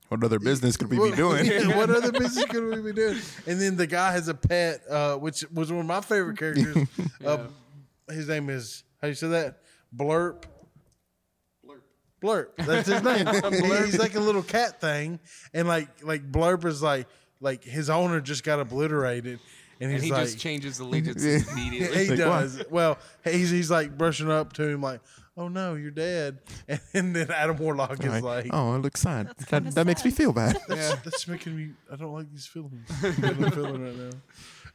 D: What other business could we be doing?
A: Yeah, what other business could we be doing? And then the guy has a pet, uh, which was one of my favorite characters. Uh, his name is how do you say that? Blurp. Blurp. Blurp. That's his name. He's like a little cat thing, and like like Blurp is like like his owner just got obliterated, and he's
B: And he
A: like
B: just changes allegiances immediately.
A: he does. Well, he's he's like brushing up to him, like, "Oh no, you're dead." And, then Adam Warlock is like,
D: oh, it looks sad.
C: kinda
D: That, that makes me
C: sad.
D: feel bad.
A: that's, that's making me. I don't like these feelings. I'm feeling right now.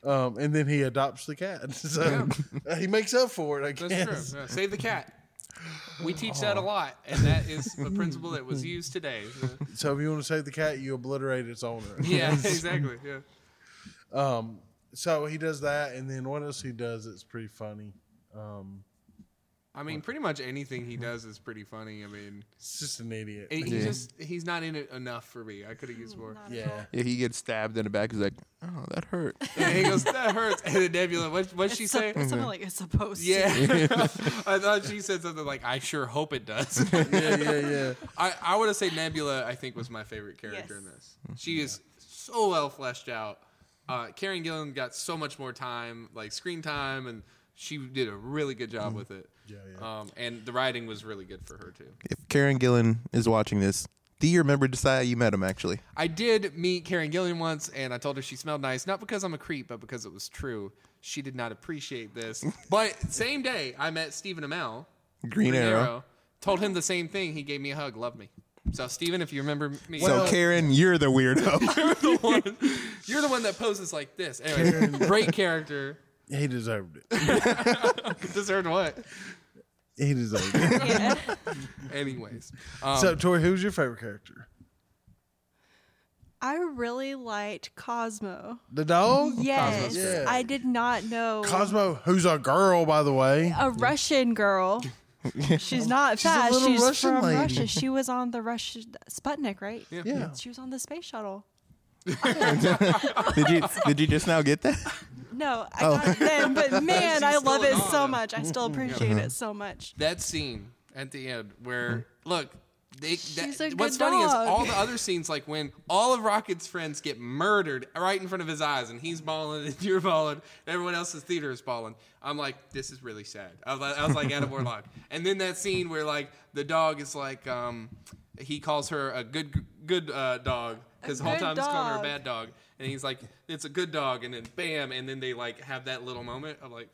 A: Um, and then he adopts the cat, so uh, he makes up for it. I
B: That's
A: guess.
B: true. Yeah, Save the cat. We teach that a lot, and that is a principle that was used today.
A: So if you want to save the cat, you obliterate its owner.
B: Yeah, exactly. Yeah.
A: So he does that, and then what else he does? It's pretty funny. Um,
B: I mean, pretty much anything he does is pretty funny. I mean,
A: it's just an idiot.
B: he he
D: Yeah.
B: just he's not in it enough for me. I could have used more.
C: Not at all.
A: yeah.
D: Yeah, he gets stabbed in the back. He's like, oh, that hurt.
B: And he goes, that hurts. And then Nebula, what, what'd she
C: It's sup-
B: say?
C: Something like it's supposed
B: Yeah.
C: to.
B: I thought she said something like, I sure hope it does.
A: yeah, yeah, yeah.
B: I, I would have said Nebula, I think, was my favorite character
C: Yes.
B: in this. She is so well fleshed out. Uh, Karen Gillan got so much more time, like screen time, and she did a really good job with it. Yeah,
A: yeah.
B: Um, and the writing was really good for her, too.
D: If Karen Gillan is watching this, do you remember Josiah? You met him actually.
B: I did meet Karen Gillian once, and I told her she smelled nice, not because I'm a creep, but because it was true. She did not appreciate this. But same day, I met Stephen Amell,
D: Green, Arrow.
B: told him the same thing. He gave me a hug, loved me. So Stephen, if you remember me,
D: So Karen, you're the weirdo.
B: you're, the one, you're the one that poses like this. Anyway, great character.
A: He deserved it.
B: Deserved what?
A: He deserved it.
C: Yeah.
B: Anyways, um,
A: so, Tori, who's your favorite character?
C: I really liked Cosmo.
A: The dog.
C: Yes.
A: great.
C: I did not know.
A: Cosmo, who's a girl, by the way.
C: a Russian girl. She's not
A: a
C: fast.
A: little
C: She's
A: Russian
C: from
A: lady.
C: Russia. She was on the Russian Sputnik, right?
A: Yeah.
C: She was on the space shuttle.
D: did you did you just now get that?
C: No, I
A: Oh.
C: got it then, but man, I
B: still Mm-hmm.
C: love
B: in
C: it
B: awe,
C: so
B: though.
C: much. I still appreciate
A: Uh-huh.
C: it so much.
B: that scene at the end where look they, that,
C: a good
B: what's funny is
C: dog.
B: all the other scenes like when all of rocket's friends get murdered right in front of his eyes and he's balling and you're balling everyone else in the theater is balling i'm like this is really sad i was, like- I was like out of warlock and then that scene where like the dog is like um he calls her a good good uh, dog because the whole
C: good
B: time he's calling her a
C: dog.
B: bad dog and he's like it's a good dog and then bam and then they like have that little moment of like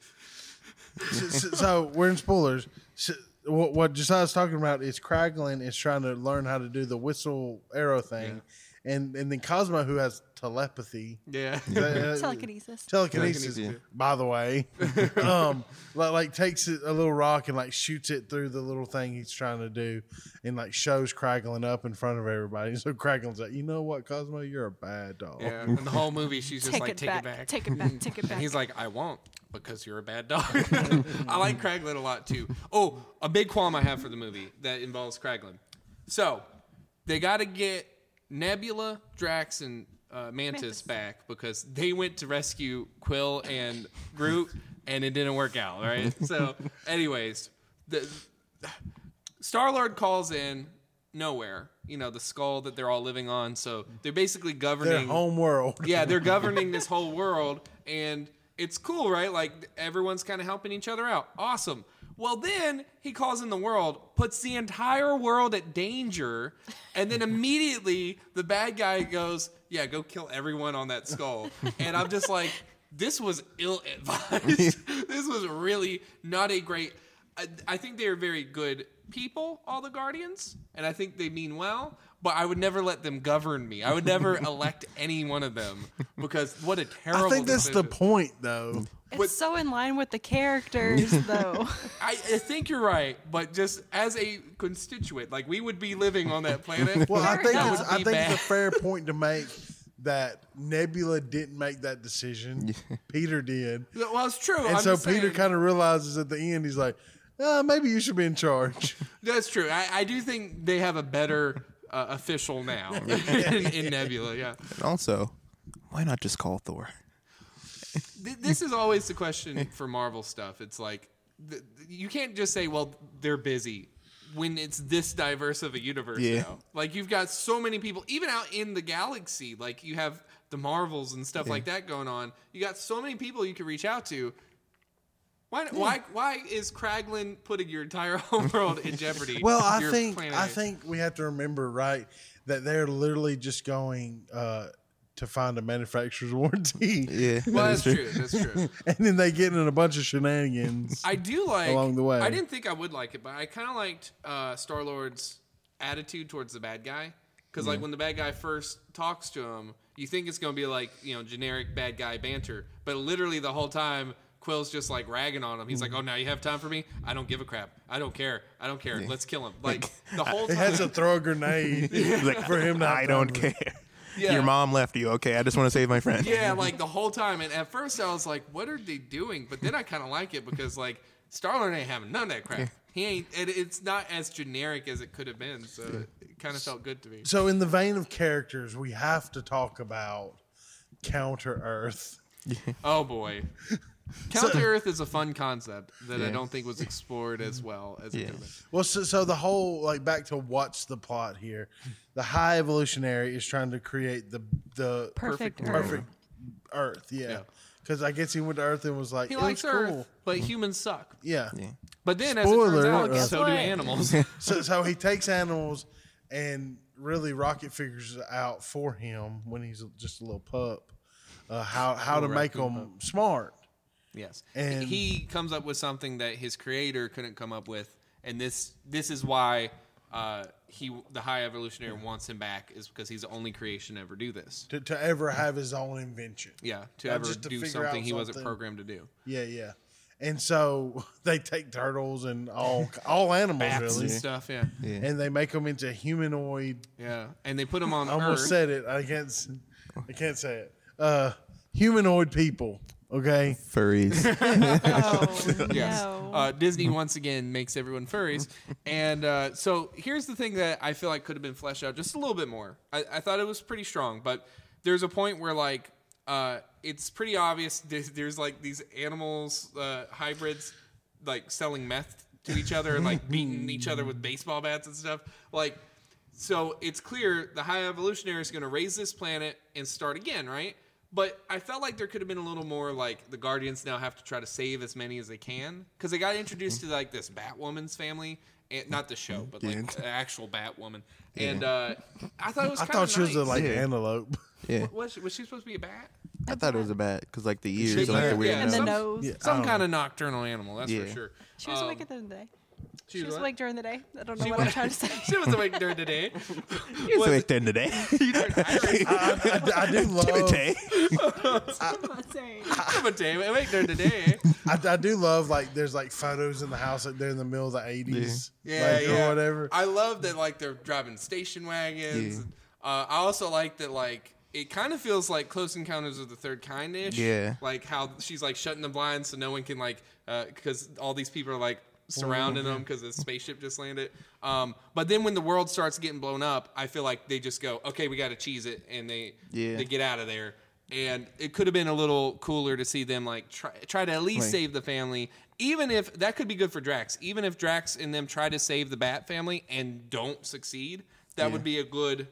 A: so, so- so we're in spoilers. So, what, what Josiah's talking about is Kraglin is trying to learn how to do the whistle arrow thing, and and then Cosmo who has telepathy.
B: yeah
A: uh, telekinesis,
C: Telekinesis.
B: Telekinesis.
A: by the way, um, like, like takes it, a little rock and like shoots it through the little thing he's trying to do, and like shows Kraglin up in front of everybody. So Kraglin's like, you know what, Cosmo, you're a bad dog.
B: yeah and the whole movie she's just
C: Oh. Take,
B: like
C: it,
B: take
C: back,
B: it back
C: Take it back. Take it back.
B: And he's like, I won't because you're a bad dog. I like Kraglin a lot too. Oh, a big qualm I have for the movie that involves Kraglin. So they got to get Nebula, Drax, and uh, Mantis, back because they went to rescue Quill and Groot, and it didn't work out. Right. So, anyways, the Star Lord calls in nowhere. You know the skull that they're all living on. So they're basically
A: Their
B: governing
A: home world.
B: yeah, they're governing this whole world, and it's cool, right? Like everyone's kind of helping each other out. Awesome. Well, then he calls in the world, puts the entire world at danger, and then immediately the bad guy goes, "Yeah, go kill everyone on that skull." and I'm just like, "This was ill advised. this was really not a great." I, I think they are very good people, all the Guardians, and I think they mean well. But I would never let them govern me. I would never elect any one of them because what a terrible.
A: I think that's the
B: decision.
A: point, though.
C: It's
B: What-
C: so in line with the characters, though.
B: I, I think you're right, but just as a constituent, like we would be living on that planet.
A: Well, I
C: Fair
A: think
C: enough.
A: it's, I
B: Be
A: think it's a
B: bad.
A: fair point to make that Nebula didn't make that decision. Peter did,
B: well, it's true.
A: and
B: I'm
A: so
B: just
A: Peter
B: saying-
A: kind of realizes at the end he's like, uh, maybe you should be in charge.
B: That's true. I, I do think they have a better uh, official now in, in Nebula. Yeah.
D: And also, why not just call Thor?
B: Th- this is always the question for Marvel stuff. It's like th- you can't just say, "Well, they're busy." When it's this diverse of a universe,
D: Yeah.
B: now. like you've got so many people, even out in the galaxy, like you have the Marvels and stuff like that going on. You got so many people you could reach out to. Why? Why? Why is Kraglin putting your entire home world in jeopardy?
A: Well, I
B: Your
A: think
B: planet?
A: I think we have to remember right that they're literally just going uh, to find a manufacturer's warranty,
D: Yeah.
B: Well, that's true. That's true.
A: and then they get in a bunch of shenanigans.
B: I do like
A: along the way.
B: I didn't think I would like it, but I kind of liked uh, Star Lord's attitude towards the bad guy. Because like when the bad guy first talks to him, you think it's gonna be like you know generic bad guy banter, but literally the whole time Quill's just like ragging on him. He's
A: Mm.
B: like, "Oh, now you have time for me? I don't give a crap. I don't care. I don't care. Let's kill him." Like the whole
A: He
B: time.
A: has to throw a grenade for him. To
D: I don't care.
B: Yeah.
D: Your mom left you. Okay, I just want to save my friend.
B: Yeah, like the whole time. And at first I was like, what are they doing? But then I kind of like it because like Starlord ain't having none of that crap. He ain't. It, it's not as generic as it could have been. So it kind of felt good to me.
A: So, in the vein of characters, we have to talk about Counter Earth.
B: Oh boy. Counter Earth is a fun concept that I don't think was explored as well as it could have been.
A: Well, so, so the whole like back to what's the plot here? The high evolutionary is trying to create the the
C: Perfect. Earth.
A: perfect Earth. Yeah,
B: Yeah.
A: because I guess he went to Earth and was like,
B: He
A: it
B: likes
A: was
B: Earth,
A: cool.
B: but humans suck.
A: Yeah.
B: But then, as it
A: Spoiler,
B: turns out,
A: uh,
B: so do
C: Spoiler.
B: animals.
A: So, so he takes animals and really Rocket figures it out for him when he's just a little pup uh, how how to make them smart.
B: yes,
A: And-
B: he comes up with something that his creator couldn't come up with, and this this is why uh, he the high evolutionary wants him back is because he's the only creation to ever do this.
A: To, to ever have his own invention.
B: Yeah, to
A: Not
B: ever
A: just to
B: do
A: figure
B: something
A: out
B: he wasn't
A: something.
B: programmed to do.
A: Yeah, yeah. And so they take turtles and all all animals
B: Bats
A: really,
B: and stuff. Yeah. yeah,
A: and they make them into humanoid.
B: and they put him on
A: I almost
B: Earth.
A: said it. I can't. s- I can't say it. Uh, humanoid people. Okay.
D: Furries.
C: Oh,
B: Yes.
C: no.
B: Uh, Disney once again makes everyone furries. And uh, so here's the thing that I feel like could have been fleshed out just a little bit more. I, I thought it was pretty strong, but there's a point where, like, uh, it's pretty obvious there's, there's like these animals, uh, hybrids, like selling meth to each other and like beating each other with baseball bats and stuff. Like, so it's clear the high evolutionary is going to raise this planet and start again, right? But I felt like there could have been a little more like the Guardians now have to try to save as many as they can because they got introduced to like this Batwoman's family, and not the show, but like the actual Batwoman. And uh, I thought it was.
A: I
B: kinda
A: thought she was a,
B: nice.
A: like
D: Yeah.
A: antelope.
D: yeah.
B: Was she, was she supposed to be a bat?
D: I thought it was a bat because like the ears
B: Yeah,
D: and like the weird
B: yeah,
C: and the
B: some-
D: nose.
C: nose.
A: Yeah, I
B: Some
A: don't
B: kind of nocturnal animal, that's for
D: Yeah.
B: sure.
C: She was
B: Um,
C: awake during the day.
B: was
C: She was
B: what?
C: awake during the day. I don't know
B: She
C: what
B: was-
C: I'm trying to say.
B: she was awake during the day.
D: It's
B: Was-
D: like the end of the day.
A: I, I- I do love.
D: Today.
C: I'm not saying.
B: I'm awake during the day.
A: I, I do love like there's like photos in the house like they're in the middle of the eighties,
B: Yeah,
A: like,
B: yeah.
A: or whatever.
B: I love that like they're driving station wagons.
D: Yeah.
B: Uh, I also like that like it kind of feels like Close Encounters of the Third Kind ish.
D: Yeah.
B: Like how she's like shutting the blinds so no one can like because uh, all these people are like surrounding them because the spaceship just landed. Um, but then when the world starts getting blown up, I feel like they just go, okay, we got to cheese it, and they
D: Yeah.
B: they get out of there. And it could have been a little cooler to see them like try, try to at least save the family, even if that could be good for Drax. Even if Drax and them try to save the Bat family and don't succeed, that would be a good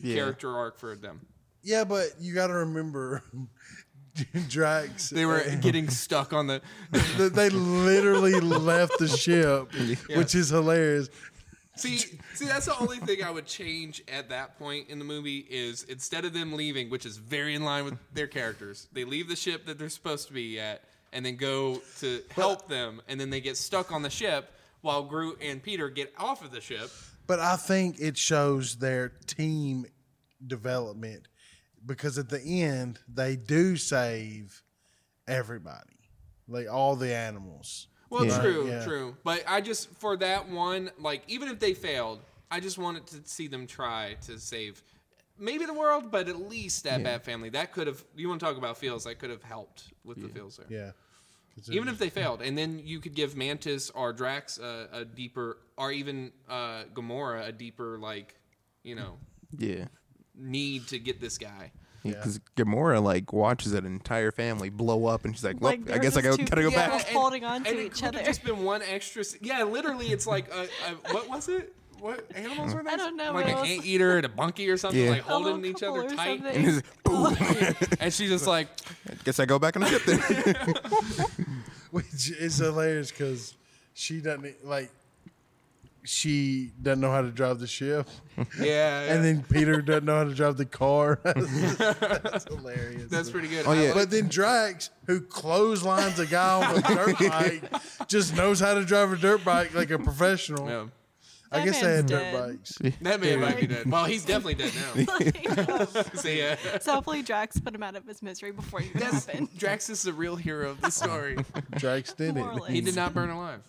B: character arc for them.
A: Yeah, but you got to remember, Drax.
B: They were getting stuck on the.
A: They- they literally left the ship, which is hilarious.
B: See, see, that's the only thing I would change at that point in the movie is instead of them leaving, which is very in line with their characters, they leave the ship that they're supposed to be at and then go to help them, and then they get stuck on the ship while Groot and Peter get off of the ship.
A: But I think it shows their team development because at the end they do save everybody, like all the animals.
B: Well,
D: Yeah.
B: true,
A: Yeah.
B: true. But I just for that one, like even if they failed, I just wanted to see them try to save maybe the world, but at least that Bat family. That could have. You want to talk about feels? That could have helped with the feels there.
A: Yeah,
B: even
D: Mm-hmm.
B: if they failed, and then you could give Mantis or Drax a, a deeper, or even uh, Gamora a deeper, like you know,
D: Yeah.
B: need to get this guy.
D: Because Gamora like watches an entire family blow up, and she's like, "Well,
C: Like, there
D: I
C: were
D: guess I
C: just
D: go,
C: two
D: gotta go
C: people.
D: back."
C: Yeah. holding on to
B: and it
C: each
B: could've
C: other.
B: Just been one extra. s- Yeah, literally, it's like a, a, what was it? What animals were they?
C: I don't know,
B: Like
C: but
B: an
C: it was-
B: anteater and a monkey or something,
D: Yeah.
B: like
C: A little
B: holding each other
C: couple or
B: tight.
C: something.
D: And it's, boom.
B: And she's just like,
D: Guess I go back on the ship then.
A: which is hilarious because she doesn't like she doesn't know how to drive the ship,
B: yeah. yeah.
A: and then Peter doesn't know how to drive the car. That's hilarious.
B: that's pretty good.
D: Oh,
B: I
D: yeah.
B: like-
A: But then Drax, who clotheslines a guy on a dirt bike, just knows how to drive a dirt bike like a professional.
B: yeah.
A: I
C: That
A: guess they had
C: man's
A: dirt
C: dead.
A: bikes.
B: That man might be dead. Well, he's definitely dead now. so yeah.
C: so hopefully Drax put him out of his misery before it
B: That's,
C: happened.
B: Drax is the real hero
D: Uh-huh.
B: of the story.
A: Drax did it,
C: Morally.
B: he did not burn alive,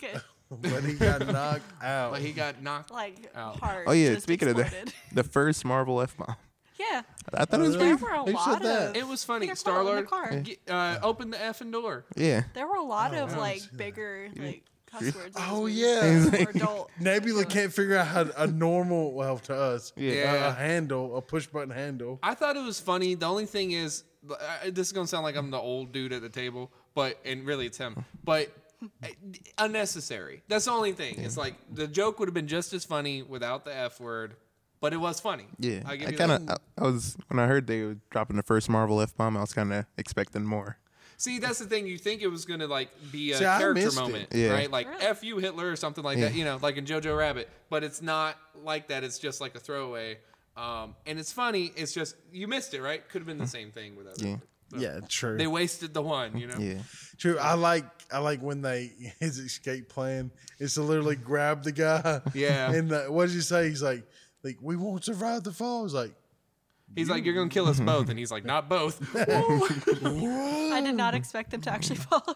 C: Good.
A: but he got knocked out.
B: but he got knocked.
C: Like
B: Ow.
C: hard.
D: Oh yeah,
C: just
D: speaking of
C: exploded.
D: that, the first Marvel F bomb.
C: yeah,
D: I thought it was
C: there
D: pretty.
C: were a
A: Who said
C: lot
A: that?
C: of.
B: It was funny.
C: Peter
B: Star
C: Quill in the
B: Lord,
C: car.
B: uh, open the effing door.
D: Yeah.
C: There were a lot of
A: didn't
C: like
A: see that.
C: bigger like cuss words. in
A: Oh,
C: this
A: yeah.
C: movie. More adult.
A: Nebula can't figure out how to- a normal, well, to us,
B: Yeah.
A: a, a handle, a push button handle.
B: I thought it was funny. The only thing is, uh, this is gonna sound like I'm the old dude at the table, but and really it's him, but. uh, Unnecessary. That's the only thing. It's like the joke would have been just as funny without the F word, but it was funny.
D: Yeah,
B: I
D: I,
B: give you
D: kind
B: that.
D: of I, I was when I heard they were dropping the first Marvel f bomb, I was kind of expecting more.
B: See, that's the thing. You think it was gonna like be a
A: See, I
B: character
A: missed it.
B: moment,
D: Yeah.
B: right? Like
C: Really?
B: "f you Hitler" or something like that. You know, like in Jojo Rabbit. But it's not like that. It's just like a throwaway. Um, and it's funny. It's just you missed it, right? Could have been the same thing without.
D: Yeah.
B: It.
A: Yeah, true.
B: They wasted the one. You know.
D: Yeah,
A: True. I like I like when they his escape plan is to literally grab the guy.
B: Yeah.
A: And the, what did you say? He's like, like we won't survive the fall. He's like,
B: He's like, "You're gonna kill us both," and he's like, "Not both."
C: I
D: "Oh."
C: did not expect them to actually follow.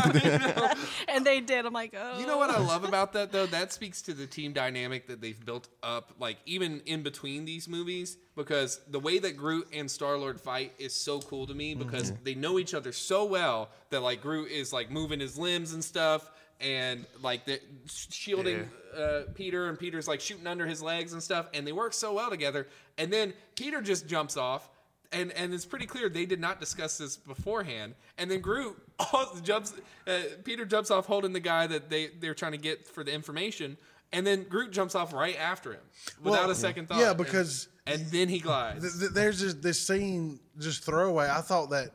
C: and they did. I'm like, oh.
B: You know what I love about that though? That speaks to the team dynamic that they've built up, like even in between these movies, because the way that Groot and Star Lord fight is so cool to me because they know each other so well that like Groot is like moving his limbs and stuff, and like the shielding uh, Peter, and Peter's like shooting under his legs and stuff, and they work so well together. And then Peter just jumps off. And, and it's pretty clear they did not discuss this beforehand. And then Groot jumps, uh, Peter jumps off holding the guy that they they're trying to get for the information, and then Groot jumps off right after him without
A: Well,
B: a second thought.
A: yeah,
B: And-
A: because-
B: and, then he glides.
A: th- th- there's this, this scene just throwaway. I thought that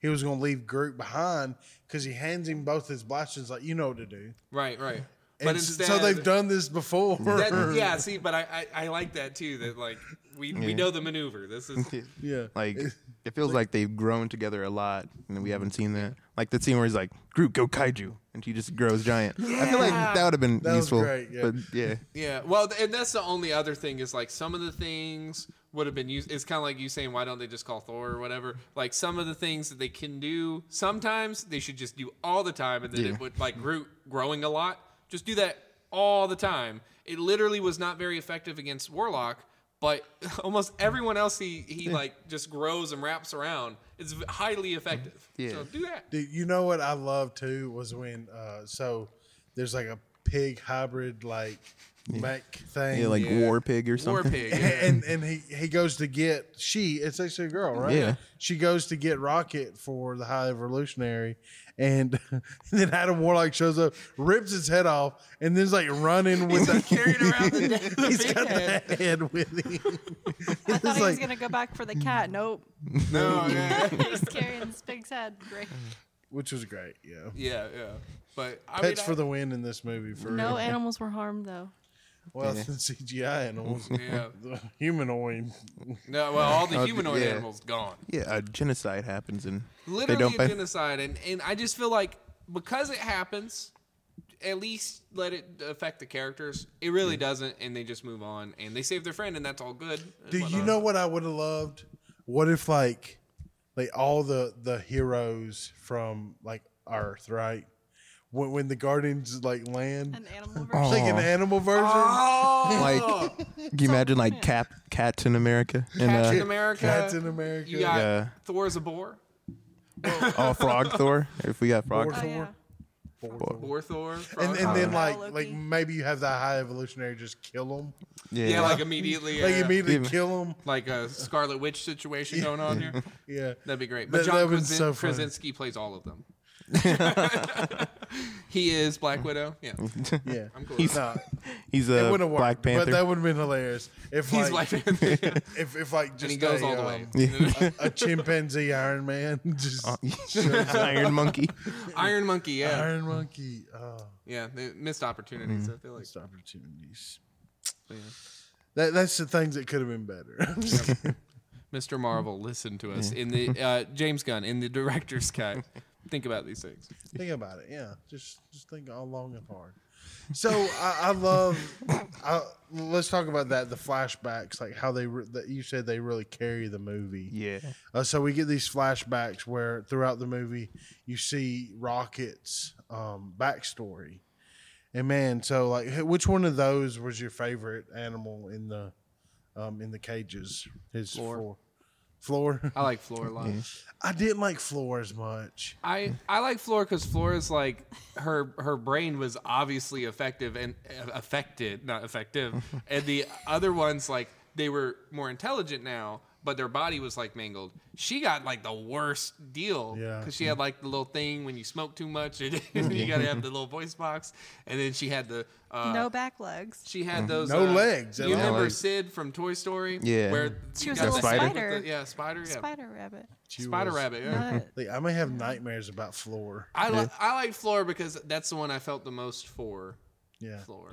A: he was gonna leave Groot behind because he hands him both his blasters, like you know what to do.
B: right, right.
A: And
B: But
A: s-
B: instead,
A: so they've done this before.
B: that, yeah. See, but I, I I like that too. That like we we know the maneuver. This is
A: yeah.
D: like it feels like they've grown together a lot, and we haven't seen that. Like the scene where he's like, "Groot, go kaiju," and she just grows giant. I feel like that would have been
A: That was
D: useful.
A: great, yeah.
D: But yeah,
B: yeah. Well, th- and that's the only other thing is like some of the things would have been used. It's kind of like you saying why don't they just call Thor or whatever. Like some of the things that they can do. Sometimes they should just do all the time, and then
D: Yeah.
B: it would like Groot growing a lot. Just do that all the time. It literally was not very effective against Warlock. But almost everyone else he, he like just grows and wraps around. It's highly effective.
D: Mm-hmm. Yeah.
B: So do that.
A: Dude, you know what I love too was when uh so There's like a pig hybrid like mech thing.
D: Yeah, like
B: Yeah.
D: War Pig or something.
B: War pig. yeah.
A: and and he, he goes to get she it's actually a girl right
D: Yeah.
A: she goes to get rocket for the high evolutionary and then adam warlock shows up rips his head off and then's like running with the
B: Carried around the, the big head.
A: head with him
C: I thought he was
A: like-
C: gonna go back for the cat. Nope.
B: No, yeah,
C: He's carrying this pig's head. Great.
A: which was great yeah
B: yeah, yeah. But I
A: pets
B: mean,
A: for
B: I-
A: the win in this movie for
C: No
A: real.
C: animals were harmed though.
A: well than cgi animals
B: Yeah.
A: humanoid
B: No, well, all the
D: Oh,
B: humanoid
D: yeah.
B: animals gone.
D: Yeah, a genocide happens and
B: Literally
D: they don't
B: a
D: pay.
B: genocide, and and I just feel like because it happens, at least let it affect the characters. It really doesn't, and they just move on, and they save their friend, and that's all good. uh, and
A: Do you
B: whatnot.
A: know what I would have loved? What if like like all the the heroes from like Earth, right? When when the Guardians like land,
C: An animal
A: like
C: version.
A: an animal version.
B: Oh,
D: like, can you imagine like Cap Captain America and
B: Captain
D: uh,
B: America.
A: Cats in America.
B: You got
D: Yeah.
B: Thor's a boar.
D: oh Frog Thor? If we got Frog,
A: Or
C: Oh,
A: Thor.
C: yeah.
B: Boar Thor. Uh,
A: And,
B: Frog
A: and
B: Thor.
A: then like
C: uh, Loki.
A: like maybe you have that high evolutionary just kill them,
D: yeah,
B: yeah, like immediately. Like,
A: like immediately
D: Yeah.
A: kill them.
B: like a Scarlet Witch situation going on here.
A: Yeah,
B: That'd be great. But
A: That-
B: John
A: that was
B: Krasin-
A: so funny.
B: Krasinski plays all of them. he is Black Widow. Yeah,
A: yeah.
B: I'm cool.
A: He's,
B: with
A: nah,
D: he's
A: it
D: a
A: wouldn't work.
D: Black Panther.
A: But that would have been hilarious if
B: that. He's
A: like,
B: Black Panther.
A: if if like just
B: and he goes
A: a,
B: all the
A: um,
B: way. Uh,
A: a chimpanzee Iron Man just
D: Iron Monkey.
B: Iron Monkey. Yeah,
A: Iron Mm-hmm. Monkey. Oh.
B: yeah. they missed opportunities. I feel like.
A: missed opportunities. That, that's the things that could have been better.
B: Mr. Marvel, listen to us in the uh, James Gunn in the director's cut. Think about these things.
A: think about it. Yeah, just just think all long and hard. So I, I love. I, let's talk about that. The flashbacks, like how they re- that you said they really carry the movie.
D: Yeah.
A: Uh, so we get these flashbacks where throughout the movie you see Rocket's um, backstory, and man, so like, wh- which one of those was your favorite animal in the um, in the cages? His floor. Floor.
B: I like Floor a lot.
A: I didn't like Floor as much.
B: I, I like Flora because Flora's like her her brain was obviously effective and uh, affected not effective, and the other ones like they were more intelligent now, but their body was like mangled. She got like the worst deal
A: Yeah. Mm-hmm.
B: because she had like the little thing when you smoke too much and you gotta have the little voice box, and then she had the uh,
C: No back legs.
B: She had those
A: Mm-hmm. No
B: uh,
A: legs at
B: You
A: all.
B: remember
D: Legs.
B: Sid from Toy Story?
D: Yeah.
B: where
C: She
B: you
C: was
B: got
C: a little
B: the stick with
C: spider.
B: the- yeah, spider. Yeah, spider,
C: Spider rabbit.
A: She was-
B: rabbit. Yeah.
C: Not
A: Like, I may have nightmares about Floor.
B: I li- I like Flora because that's the one I felt the most for.
A: Yeah.
B: Flora,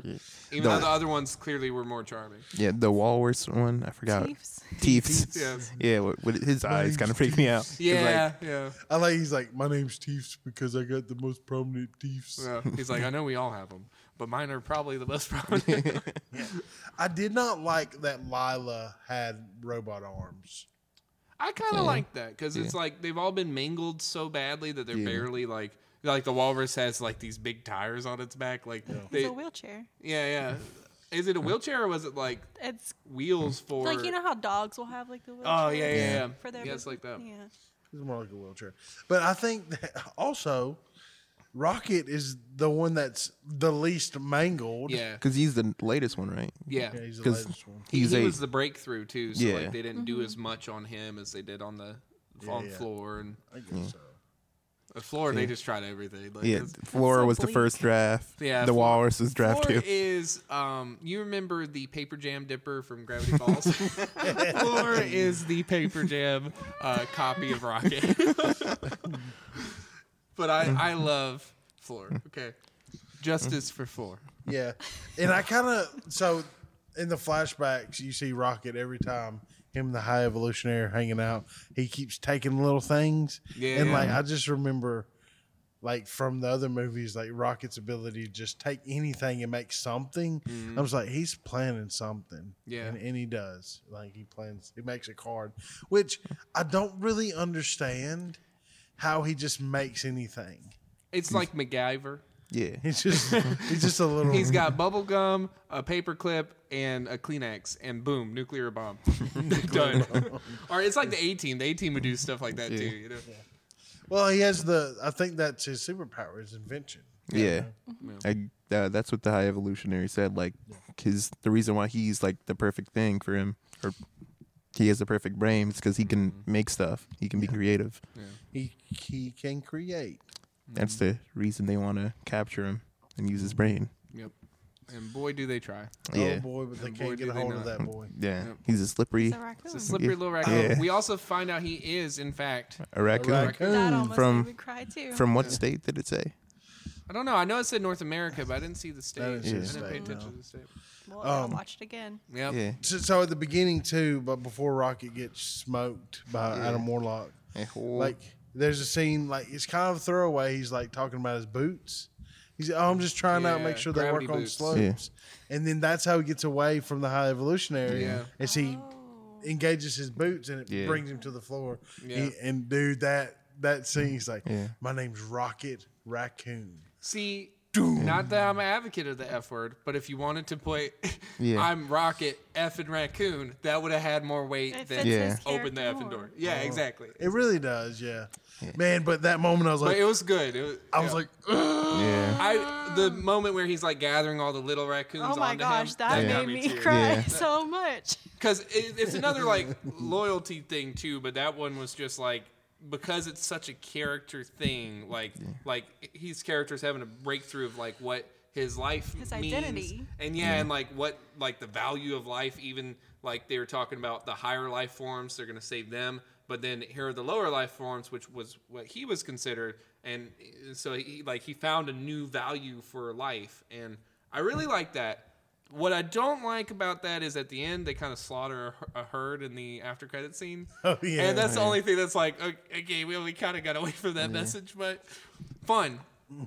B: even though
D: The-
B: the other ones clearly were more charming.
D: Yeah, the walrus one. I forgot.
C: teeth.
D: Teeths.
B: Yes.
D: Yeah, what, what, his eyes kind of freaked me out. 'Cause,
B: Yeah, yeah,
A: I like he's like, my name's Teefs because I got the most prominent Teefs.
B: yeah. He's like, I know we all have them, but mine are probably the most prominent.
A: I did not like that Lila had robot arms.
B: I kind of like that because it's like they've all been mangled so badly that they're barely like like the walrus has like these big tires on its back. Like they,
C: It's a wheelchair.
B: yeah, yeah. Is it a wheelchair or was it like
C: It's
B: wheels for?
C: like you know how dogs will have like the wheelchair.
B: Oh yeah, yeah, yeah.
C: For their
B: yeah, it's like that.
C: Yeah.
A: It's more like a wheelchair. But I think that also Rocket is the one that's the least mangled.
B: Yeah,
D: Because he's the latest one, right?
B: yeah.
A: Yeah, he's the
D: 'Cause
A: latest one.
D: He's
B: he
D: a
B: was the breakthrough too, so
D: Yeah.
B: like they didn't do as much on him as they did on the on
A: Mm-hmm. yeah.
B: floor and
A: I guess so.
B: uh, floor. They just tried everything. Like,
D: yeah.
B: it's-
D: Flora
C: so
D: was the
C: bleak.
D: first draft.
B: Yeah,
D: The
B: Flora-
D: walrus was draft
B: Floor
D: two.
B: is um you remember the paper jam dipper from Gravity Falls? floor is the paper jam uh, copy of Rocket. but I I love floor. Okay. Justice for floor.
A: Yeah. And I kind of, so in the flashbacks, you see Rocket every time him and the high evolutionary are hanging out. He keeps taking little things.
B: Yeah.
A: And like, I just remember, like, from the other movies, like Rocket's ability to just take anything and make something. I was like, he's planning something.
B: Mm-hmm. Yeah.
A: And, and he does. Like, he plans, he makes a card, which I don't really understand how he just makes anything.
B: It's like MacGyver.
D: Yeah.
A: He's just, he's just a little.
B: He's
D: Mm-hmm.
B: got bubble gum, a paper clip, and a Kleenex, and boom, nuclear bomb. Done. or it's like the A team. The A team would do stuff like that too. You know?
A: Well, he has the. I think that's his superpower, his invention.
D: Yeah. I, uh, that's what the high evolutionary said. Like, his the reason why he's like the perfect thing for him, or he has the perfect brain, is because he can
B: Mm-hmm.
D: make stuff. He can be creative.
A: He he can create.
D: That's the
B: Mm-hmm.
D: reason they want to capture him and use his brain.
B: Yep. And boy, do they try.
D: yeah.
A: Oh boy, but they
B: And Mm-hmm. boy,
A: can't
B: do
A: get a
B: they
A: hold of
B: not.
A: that boy.
D: Yeah.
B: Yep.
D: He's a slippery
C: It's a raccoon.
B: It's a slippery little raccoon.
D: Yeah.
B: We also find out he is, in fact,
D: a raccoon.
A: raccoon.
C: that almost
D: Mm, From-
C: made me cry too.
D: From what state did it say?
B: I don't know. I know it said North America, but I didn't see the state. I
A: didn't see
B: didn't
A: the
B: pay
A: state,
B: attention
A: no.
B: to the state.
C: well, I
B: Um,
C: watched it again.
B: Yep.
D: Yeah.
A: So, so at the beginning too, but before Rocket gets smoked by Adam Warlock,
D: A whole-
A: like there's a scene like it's kind of a throwaway. He's like talking about his boots. He's oh, I'm just trying to
B: Yeah,
A: make sure they work
B: gravity
A: on
B: boots.
A: slopes, and then that's how he gets away from the high evolutionary.
B: Yeah.
A: As he
D: Mm.
C: Oh.
A: engages his boots and it
D: Yeah.
A: brings him to the floor.
B: Yeah.
A: He- and dude, that that scene, he's like,
D: Yeah.
A: my name's Rocket Raccoon.
B: See, not that I'm an advocate of the F word, but if you wanted to play
D: Yeah.
B: I'm Rocket, F and Raccoon, that would have had more weight
C: It fits
B: than
D: Yeah. Oh.
C: his
B: open the F
C: character
B: and
C: more.
B: door. Yeah, exactly.
A: It really does, yeah. Man, but that moment I was
B: But
A: like,
B: it was good. It was,
A: I was
B: yeah.
A: like, "Ah." Ugh.
D: Yeah.
B: I the moment where he's like gathering all the little raccoons.
C: Oh my
B: onto
C: gosh,
B: him,
C: that
B: got
C: made me
B: teary.
C: cry
D: Yeah.
C: so much.
B: because it, it's another like loyalty thing too but that one was just like because it's such a character thing like like his character's having a breakthrough of like what his life
C: His
B: means.
C: identity.
B: and yeah, and like what like the value of life even like they were talking about the higher life forms they're going to save them but then here are the lower life forms which was what he was considered and so he like he found a new value for life and i really like that what I don't like about that is at the end they kind of slaughter a, a herd in the after credit scene.
A: Oh, yeah.
B: and that's the only thing that's like o- okay, well, we kind of got away from that message, but fun,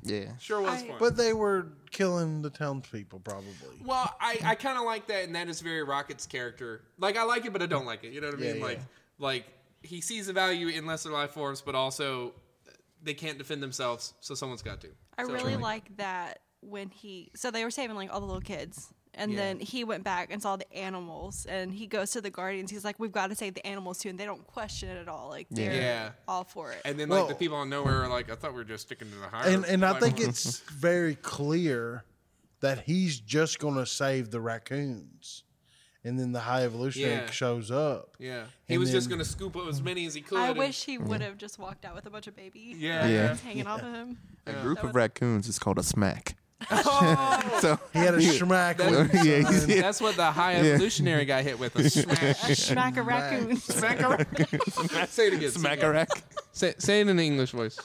D: Yeah.
B: sure was
C: I-
B: fun.
A: but they were killing the townspeople, probably.
B: well, I, I kind of like that, and that is very Rocket's character. Like I like it, but I don't like it. You know what I mean?
A: yeah.
B: Like like he sees the value in lesser life forms, but also uh, they can't defend themselves, so someone's got to.
C: I
B: So-
C: really like that when he so they were saving like all the little kids. And
B: Yeah.
C: then he went back and saw the animals and he goes to the guardians. He's like, We've got to save the animals too and they don't question it at all. Like they're
B: Yeah.
C: all for it.
B: And then
A: Well-
B: like the people on nowhere are like, I thought we were just sticking to the higher.
A: And and I
B: life
A: think
B: forms."
A: it's very clear that he's just going to save the raccoons, and then the high evolutionary
B: Yeah.
A: shows up.
B: Yeah, he
A: And
B: was just
A: then-
B: gonna scoop up as many as he could.
C: I
B: and-
C: wish he would have just walked out with a bunch of babies.
B: Yeah.
D: Yeah.
C: Hanging off of him.
D: A group of raccoons is called a smack.
B: Oh.
D: so
A: He had a smack.
D: yeah,
A: with
D: he's- yeah.
B: That's what the high evolutionary guy hit with. A smack.
C: Smack a raccoon.
B: smack a rack. Say it again.
D: smack a rack.
B: Say, say it in an English voice.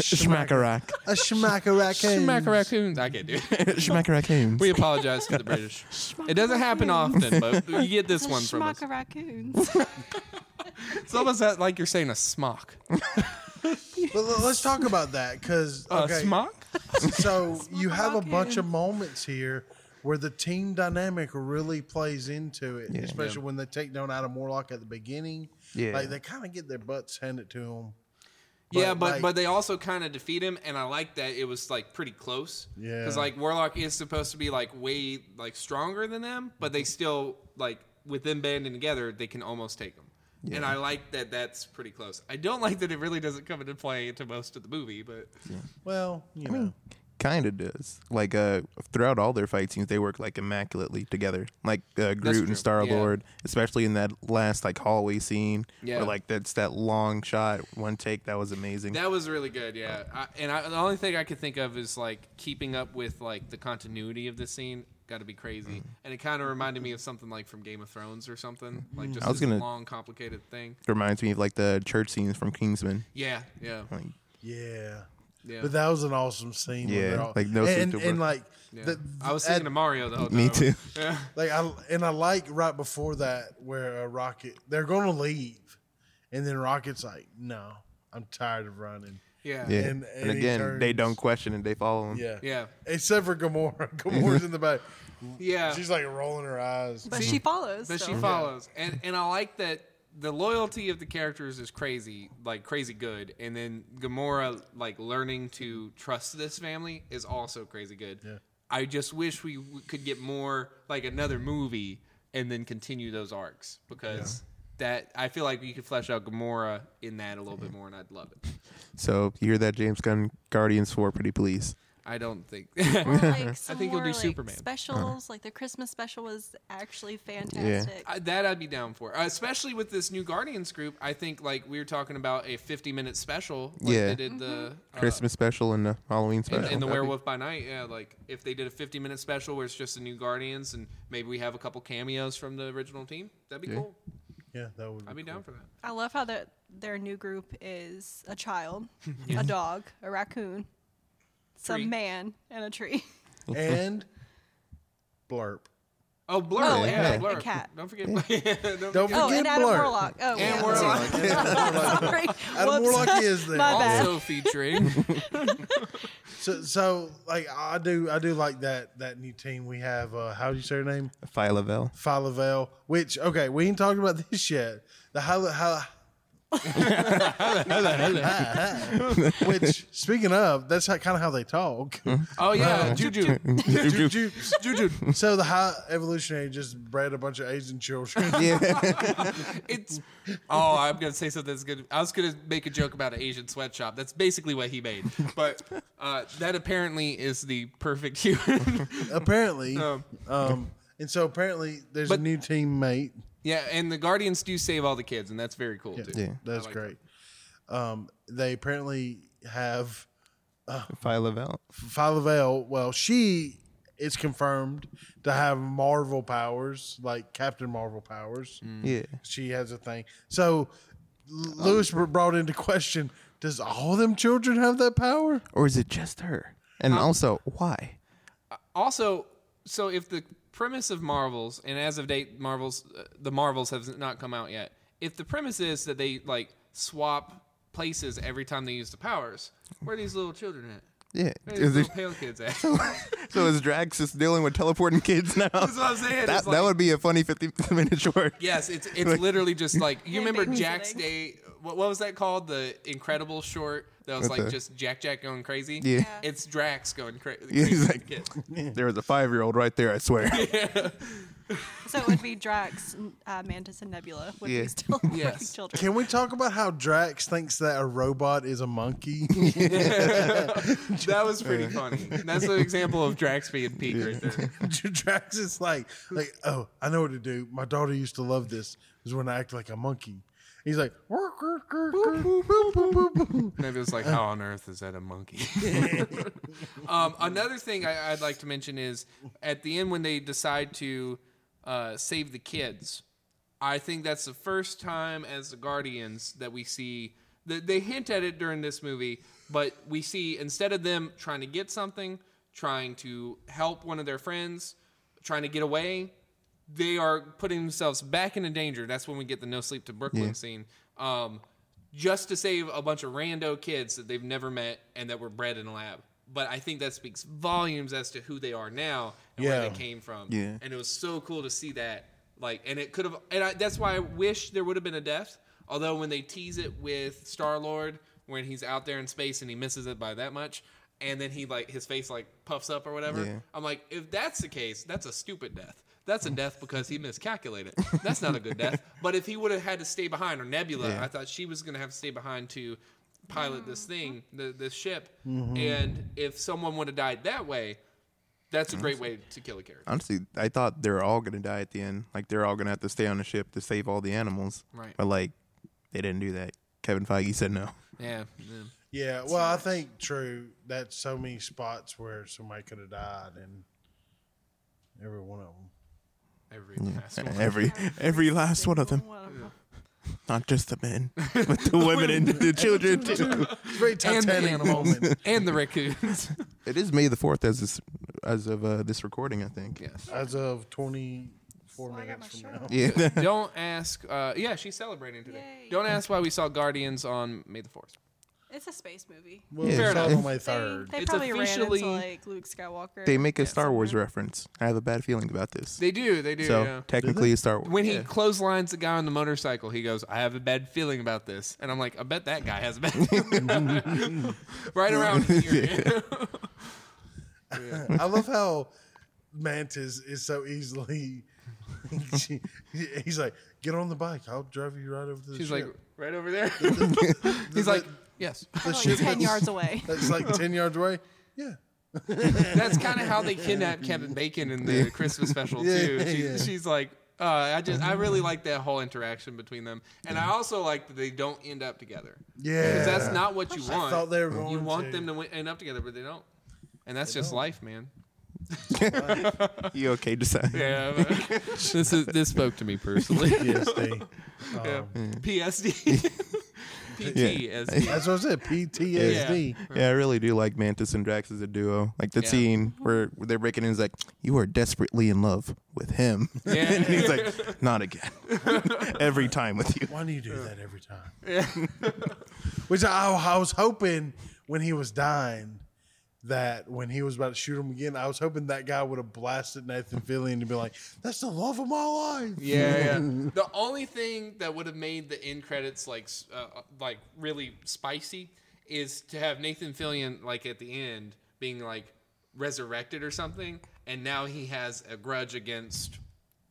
D: Smack a rack.
A: a smack of raccoon.
B: Smack a raccoon. I can't do it.
D: Smack a raccoon.
B: We apologize to the British. It doesn't happen often, but you get this one from us.
C: Smack a raccoons.
B: It's almost that- like you're saying a smock.
A: But l- let's talk about that because
B: A
A: okay,
B: smock?
A: so you have a bunch
C: Smock-a-lock-in.
A: of moments here where the team dynamic really plays into it, especially when they take down Adam Warlock at the beginning.
D: Yeah.
A: like they kind of get their butts handed to them.
B: yeah, but
A: like-
B: but they also kind of defeat him, and I like that it was like pretty close.
A: Yeah.
B: because like Warlock is supposed to be like way like stronger than them, but they still like with them banding together, they can almost take him. And I like that that's pretty close. I don't like that it really doesn't come into play into most of the movie, but
A: Well, you know,
D: Kind of does. Like uh, throughout all their fight scenes, they work like immaculately together. Like uh, Groot
B: true.
D: and Star Lord, especially in that last like hallway scene,
B: Yeah.
D: where like that's that long shot, one take. That was amazing.
B: that was really good. Yeah, I, and I, the only thing I could think of is like keeping up with like the continuity of this scene. Got to be
D: Mm.
B: crazy, and it kind of reminded me of something like from Game of Thrones or something, like just
D: Mm. I was
B: this
D: gonna-
B: long, complicated thing.
D: Reminds me of like the church scenes from Kingsman.
B: Yeah, yeah,
D: Like,
A: yeah.
B: yeah.
A: But that was an awesome scene. when
D: Yeah,
A: they're all-
D: like, no
A: and,
D: scene to
A: and
D: work.
A: like
B: Yeah.
A: the,
B: I was
A: at-
B: thinking of Mario the whole time.
D: me too.
B: Yeah.
A: like I and I like right before that where uh, Rocket they're gonna leave, and then Rocket's like, "No, I'm tired of running."
B: Yeah.
D: Yeah.
B: Yeah.
A: And-
D: And,
A: and he
D: again, they
A: turns-
D: don't question it; they follow him.
A: Yeah,
B: Yeah.
A: Except for Gamora, Gamora's in the back. She's like rolling her eyes.
C: But she follows.
B: But
C: so.
B: she follows. And and I like that the loyalty of the characters is crazy, like crazy good. And then Gamora like learning to trust this family is also crazy good. Yeah. I just wish we w- could get more like another movie and then continue those arcs because that I feel like you could flesh out Gamora in that a little bit more and I'd love it.
D: So you hear that, James Gunn? Guardians Four, pretty please.
B: I don't think.
C: Or, like, some
B: think he'll
C: more,
B: do
C: like,
B: Superman.
C: Specials like the Christmas special was actually fantastic.
B: I- that I'd be down for, Uh, especially with this new Guardians group. I think like we were talking about a 50 minute special. Like
D: Yeah.
B: they did the uh,
D: Christmas special and the Halloween
B: and,
D: special.
B: and the
D: That'd be-
B: Werewolf by Night. Yeah, like if they did a 50 minute special where it's just the new Guardians and maybe we have a couple cameos from the original team, that'd be cool.
A: Yeah, that would.
B: I'd be down for that.
C: I love how their their new group is a child, a dog, a raccoon, some
B: Tree.
C: man, and a tree.
A: that. And blurb.
B: Oh, Blur.
C: Oh, and
B: yeah,
C: a-
B: Blur.
C: a cat.
B: Don't forget.
A: Don't
B: Don't forget.
C: Oh,
A: forget
C: and Adam
A: blurb.
C: Warlock. Oh, and yeah.
B: Warlock.
C: Sorry.
A: Adam
C: Whoops.
A: Warlock is there.
C: My bad.
B: Also featuring.
A: So, so like I do, I do like that that new team we have. Uh, how do you say her name?
D: Phi Lavelle.
A: Philavel. Which okay, we ain't talked about this yet. The how how. Which speaking of, that's how, kind of how they talk.
B: Oh
D: Uh,
B: yeah, Juju.
A: Ju- ju- ju- ju- so the high evolutionary just bred a bunch of Asian children.
B: It's oh, I'm gonna say something that's good. I was gonna make a joke about an Asian sweatshop. That's basically what he made, but uh, that apparently is the perfect human.
A: apparently,
B: Um,
A: um, and so apparently there's a
B: But-
A: new teammate.
B: yeah, and the Guardians do save all the kids, and that's very cool too.
D: Yeah.
A: That's
B: like
A: great. Um, they apparently have
D: Phi Lavelle.
A: Falavel, well, she is confirmed to have Marvel powers, like Captain Marvel powers.
D: Yeah.
A: She has a thing. So L- Lewis br- brought into question: Does all them children have that power?
D: Or is it just her? And also, why?
B: Also, so if the premise of Marvels, and as of date, Marvels, uh, the Marvels have not come out yet. If the premise is that they like swap places every time they use the powers, where are these little children at?
D: Yeah.
B: Where are these little pale kids at? That's
D: so is Drax just dealing with teleporting kids now?
B: what I'm saying.
D: that,
B: It's like-
D: that would be a funny 50 minute short.
B: Yes, it's it's literally just like you
C: And
B: remember
C: babysitting.
B: Jack's Day. What, what was that called? The Incredible short that was
D: With
B: like
D: the-
B: just Jack Jack going crazy.
D: Yeah.
C: Yeah.
B: it's Drax going cra- crazy.
D: Yeah, he's
B: with
D: like,
B: the kid.
D: there was a five year old right there, I swear.
C: So it would be Drax, uh, Mantis, and Nebula would
D: Yeah.
C: be still
B: Yes.
C: children.
A: Can we talk about how Drax thinks that a robot is a monkey?
B: that was pretty funny. That's an example of Drax being peak right there.
A: Drax is like, like, oh, I know what to do. My daughter used to love this. Is when I act like a monkey. He's like, "Work, work, work, work, boop, boop, boop, boop."
B: Maybe it's like, how on earth is that a monkey? um, another thing I, I'd like to mention is at the end when they decide to uh, save the kids, I think that's the first time as the Guardians that we see. They, they hint at it during this movie, but we see instead of them trying to get something, trying to help one of their friends, trying to get away, they are putting themselves back into danger. That's when we get the no sleep to Brooklyn scene. Um, just to save a bunch of rando kids that they've never met and that were bred in a lab. But I think that speaks volumes as to who they are now and where
A: Yeah.
B: they came from.
D: Yeah.
B: And it was so cool to see that. Like, and it could have, and I, that's why I wish there would have been a death. Although when they tease it with Star Lord, when he's out there in space and he misses it by that much, and then he like his face like puffs up or whatever. I'm like, if that's the case, that's a stupid death. That's a death because he miscalculated. That's not a good death. But if he would have had to stay behind or Nebula, I thought she was going to have to stay behind to pilot this thing, the, this ship. And if someone would have died that way, that's a great way to kill a character.
D: Honestly, I thought they were all going to die at the end. Like, they're all going to have to stay on the ship to save all the animals.
B: Right.
D: But, like, they didn't do that. Kevin Feige said no.
B: Yeah.
A: Yeah, well, I think true. That's so many spots where somebody could have died, and every one of them.
B: Every last one.
D: Every every last one of them,
C: One of them.
D: not just the men, but the women and the children too.
A: It's very
B: And the
A: Titanic
B: animals.
A: moment.
B: and the raccoons.
D: It is May the fourth as this, as of uh, this recording, I think.
B: yes.
A: As of twenty four
C: I got
A: minutes from
C: my
A: now,
D: Yeah.
B: Don't ask. Uh, yeah, she's celebrating today.
C: Yay.
B: Don't ask why we saw Guardians on May the 4th.
C: It's a space movie.
A: well,
D: Yeah.
A: it's
B: Fair
A: not
B: enough.
A: on my
C: They,
A: third.
C: they
B: It's
C: probably
B: officially-
C: ran into like Luke Skywalker.
D: they make a Star Wars
C: somewhere.
D: reference. I have a bad feeling about this.
B: They do. They do.
D: so
B: yeah.
D: technically, a Star Wars.
B: when he clotheslines the guy on the motorcycle, he goes, "I have a bad feeling about this," and I'm like, "I bet that guy has a bad feeling." right around here.
A: I love how Mantis is so easily. she, he's like, get on the bike. I'll drive you right over to the
B: She's like,
A: ship.
B: "Right over there."
A: He's
B: He's like, "Yes."
C: They're, like ten yards away.
A: that's like ten yards away. Yeah,
B: That's kind of how they kidnapped Kevin Bacon in the Christmas special too. She,
A: yeah. Mm-hmm.
B: She's like, uh, I just, I really like that whole interaction between them, and I also like that they don't end up together.
A: Yeah.
B: because that's not what you
A: I
B: want.
A: thought they were
B: you
A: going
B: want
A: to.
B: them to win- end up together, but they don't, and that's just life, man.
D: You okay, decide.
B: Yeah, but- this is, this spoke to me personally.
A: PTSD.
B: Yeah.
A: Um,
B: PSD, PTSD.
A: That's what I said. PTSD.
D: Yeah, I really do like Mantis and Drax as a duo. Like the
B: Yeah.
D: scene where where they're breaking in is like, you are desperately in love with him.
B: Yeah.
D: and he's like, not again. Every time with you.
A: Why do you do that every time? Which I, I was hoping when he was dying that when he was about to shoot him again, I was hoping that guy would have blasted Nathan Fillion to be like, "That's the love of my life."
B: Yeah, yeah. the only thing that would have made the end credits like s- uh, like really spicy is to have Nathan Fillion like at the end being like resurrected or something, and now he has a grudge against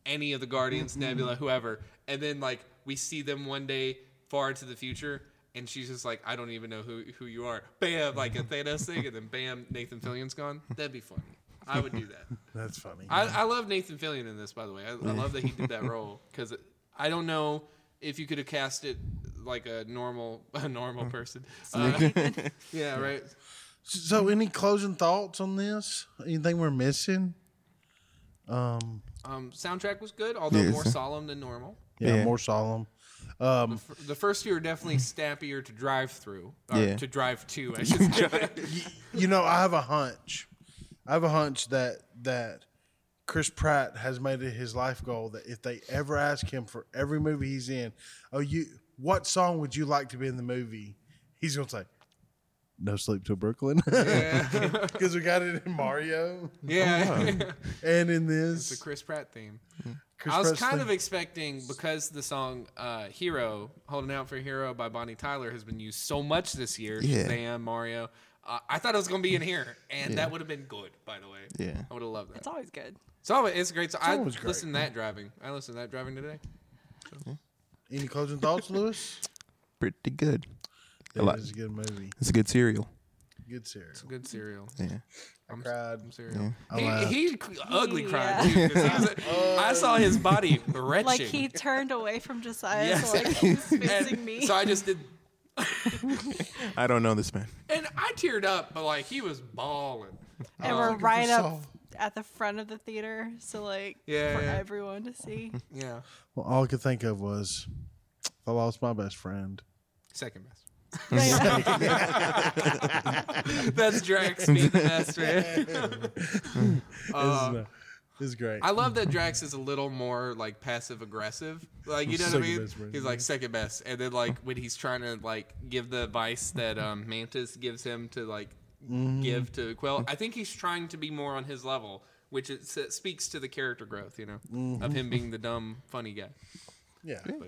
B: any of the Guardians, Nebula, whoever, and then like we see them one day far into the future. And she's just like, I don't even know who, who you are. Bam, like a Thanos thing, and then bam, Nathan Fillion's gone. That'd be funny. I would do that.
A: That's funny.
B: I, I love Nathan Fillion in this, by the way. I, I love that he did that role because I don't know if you could have cast it like a normal a normal person. Uh, yeah, right.
A: so, any closing thoughts on this? Anything we're missing?
B: Um, soundtrack was good, although
D: Yes.
B: more solemn than normal.
A: Yeah,
D: Yeah.
A: more solemn.
B: F- The first two are definitely snappier to drive through, or
D: Yeah.
B: to drive to. I should say.
A: You know, I have a hunch. I have a hunch that that Chris Pratt has made it his life goal that if they ever ask him for every movie he's in, oh, you, what song would you like to be in the movie? He's gonna say, "No Sleep Till Brooklyn," because we got it in Mario
B: Oh, yeah,
A: and in
B: the
A: this.
B: Chris Pratt theme.
A: Chris
B: I was
A: Pratt's
B: kind
A: thing.
B: of expecting because the song uh, "Hero" "Holding Out for a Hero" by Bonnie Tyler has been used so much this year.
D: Yeah.
B: Shazam, Mario. Uh, I thought it was gonna be in here, and that would have been good. By the way,
D: Yeah.
B: I would have loved
C: It's
B: that.
C: always good.
B: So it's great. So I
A: always great.
B: listened to that driving. I listened to that driving today.
A: Any closing thoughts, Lewis?
D: Pretty good.
A: That
D: lot.
A: is a good movie.
D: It's a good serial.
A: Good series.
B: Good cereal.
D: Yeah.
A: I cried.
B: Some cereal.
A: I laughed.
B: He, he c- ugly cried.
C: Yeah.
B: Too, 'cause he was, I saw his body retching.
C: Like he turned away from Josiah,
B: Yes.
C: so like he was facing
B: and,
C: me.
B: so I just did,
D: I don't know this man.
B: and I teared up, but like he was bawling. Oh,
C: and we're right up
A: yourself.
C: at the front of the theater, so like
B: Yeah,
C: for
B: yeah.
C: everyone to see.
B: Yeah,
A: Well, all I could think of was, I lost my best friend.
B: second best.
C: Yeah.
B: That's Drax being the best man. Uh,
A: this, is, this is great.
B: I love that Drax is a little more like passive aggressive. Like you know what I
A: Second
B: mean?
A: best, right?
B: He's like second best, and then like when he's trying to like give the advice that um, Mantis gives him to like
A: Mm-hmm.
B: give to Quill, I think he's trying to be more on his level, which it s- speaks to the character growth, you know, of him being the dumb funny guy.
A: Mm-hmm. yeah,
B: But,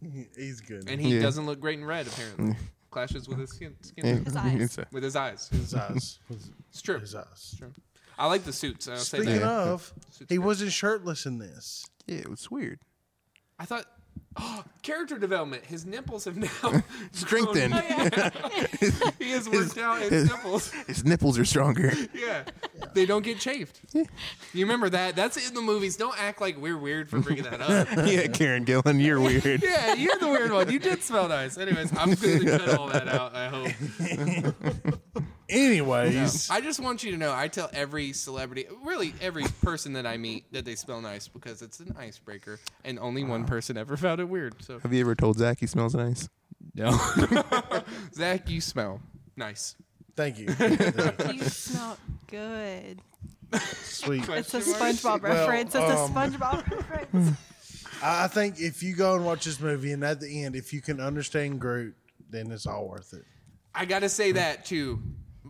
B: yeah.
A: he's good.
B: And he
D: Yeah.
B: doesn't look great in red apparently. Clashes with his skin, skin
C: His eyes.
D: It's a-
B: with his eyes.
A: his eyes.
B: It's true.
A: His eyes.
B: True. I like the suits. I'll say
A: Speaking
B: that.
A: of, he wasn't shirtless in this.
D: yeah, it was weird.
B: I thought, oh, character development. His nipples have now
D: Strengthened.
B: grown. he has worked out his,
D: his-
B: nipples.
D: His nipples are stronger.
B: Yeah. they don't get chafed. You remember that? That's in the movies. Don't act like we're weird for bringing that up.
D: yeah, Karen Gillan, you're weird.
B: yeah, you're the weird one. You did smell nice. Anyways, I'm going to cut all that out. I hope.
A: Anyways,
B: I just want you to know I tell every celebrity, really every person that I meet, that they smell nice because it's an icebreaker, and only one person ever found it weird. So,
D: Have you ever told Zach he smells nice?
B: Zach, you smell nice.
A: thank you.
C: you smell good.
A: Sweet.
C: It's a
B: Question mark?
C: SpongeBob
A: Well,
C: reference.
A: um,
C: it's a SpongeBob reference.
A: I I think if you go and watch this movie, and at the end, if you can understand Groot, then it's all worth it.
B: I gotta say that too,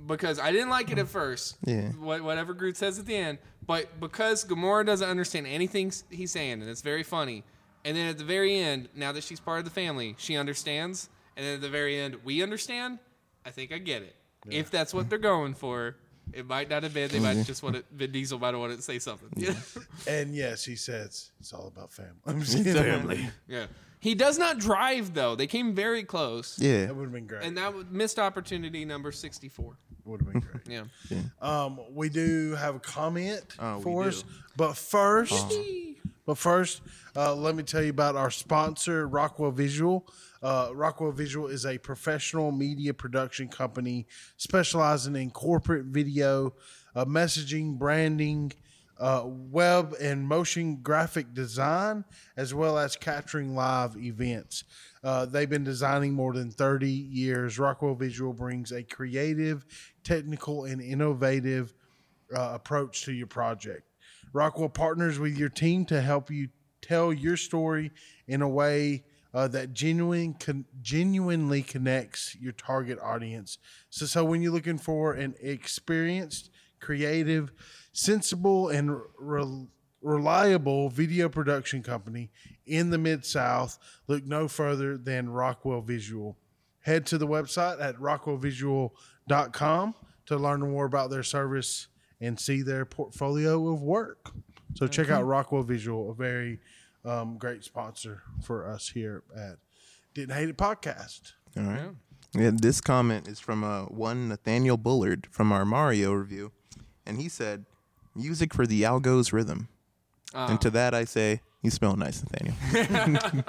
B: because I didn't like it at first.
D: Yeah.
B: What, whatever Groot says at the end, but because Gamora doesn't understand anything s- he's saying, and it's very funny. And then at the very end, now that she's part of the family, she understands. And then at the very end, we understand. I think I get it. If that's what they're going for, it might not have been. They
D: Mm-hmm.
B: might just want to. Vin Diesel might have wanted to say something. Yeah.
A: And yes, he says it's all about family. I'm just kidding.
B: yeah. He does not drive though. They came very close.
D: Yeah.
A: That would have been great.
B: And that was missed opportunity number 64.
A: would have been great.
B: Yeah.
A: Um, we do have a comment
D: Oh, we
A: for
D: do.
A: us, but first,
B: Oh.
A: but first, uh, let me tell you about our sponsor, Rockwell Visual. Uh, Rockwell Visual is a professional media production company specializing in corporate video, uh, messaging, branding, uh, web and motion graphic design, as well as capturing live events. Uh, they've been designing more than 30 years. Rockwell Visual brings a creative, technical, and innovative uh, approach to your project. Rockwell partners with your team to help you tell your story in a way uh, that genuine con- genuinely connects your target audience. So, so when you're looking for an experienced, creative, sensible, and re- reliable video production company in the Mid South, look no further than Rockwell Visual head to the website at rockwellvisual.com to learn more about their service and see their portfolio of work. So check out Rockwell Visual, a very um, great sponsor for us here at Didn't Hate It Podcast.
D: All right.
E: Yeah, this comment is from uh, one Nathaniel Bullard from our Mario review, and he said, "Music for the algo's rhythm."
D: And to that I say, you smell nice, Nathaniel.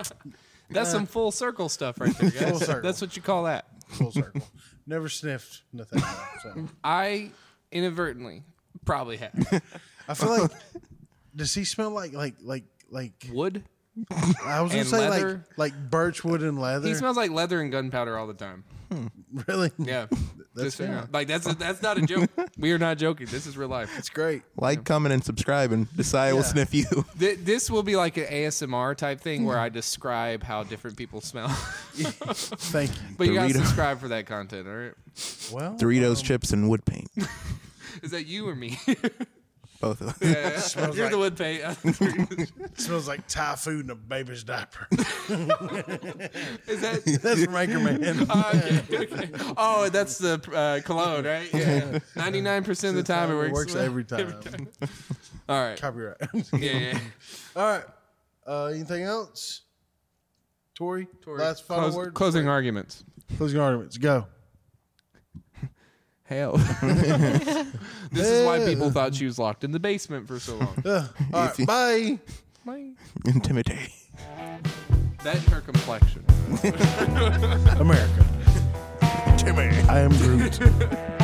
B: That's some full circle stuff right there, guys.
A: circle.
B: That's what you call that.
A: Full circle. Never sniffed nothing. So.
B: I inadvertently probably have
A: I feel like does he smell like like like like
B: wood.
A: I was gonna
B: And
A: say
B: leather?
A: like like birchwood and leather.
B: He smells like leather and gunpowder all the time.
A: really
B: Yeah. Just so you know. Like that's that's not a joke. we are not joking. This is real life.
A: it's great.
D: Like, comment, and subscribe, and Desai will sniff you.
B: Th- this will be like an ASMR type thing where I describe how different people smell.
A: Thank you.
B: but you gotta
D: Dorito.
B: subscribe for that content, all right?
A: Well
D: Doritos, chips, and wood paint.
B: Is that you or me?
D: Both of them.
B: You're the wood paint.
A: it um, smells like Thai food in a baby's diaper.
B: Is that
A: That's from Anchor Man.
B: Okay, okay. Oh, that's the uh, cologne, right? Yeah. Ninety-nine percent of the time it works.
A: every time.
B: All right.
A: Copyright.
B: Yeah, yeah.
A: All right. Uh, anything else? Tori,
B: yeah.
A: last final
B: Close-
A: word.
B: Closing arguments.
A: Closing arguments. Go.
B: Hell. this is why people thought she was locked in the basement for so long.
A: Uh, all right.
D: you-
A: Bye.
B: Like,
D: Intimidate.
B: That and her complexion.
A: America. Timmy. I am Groot.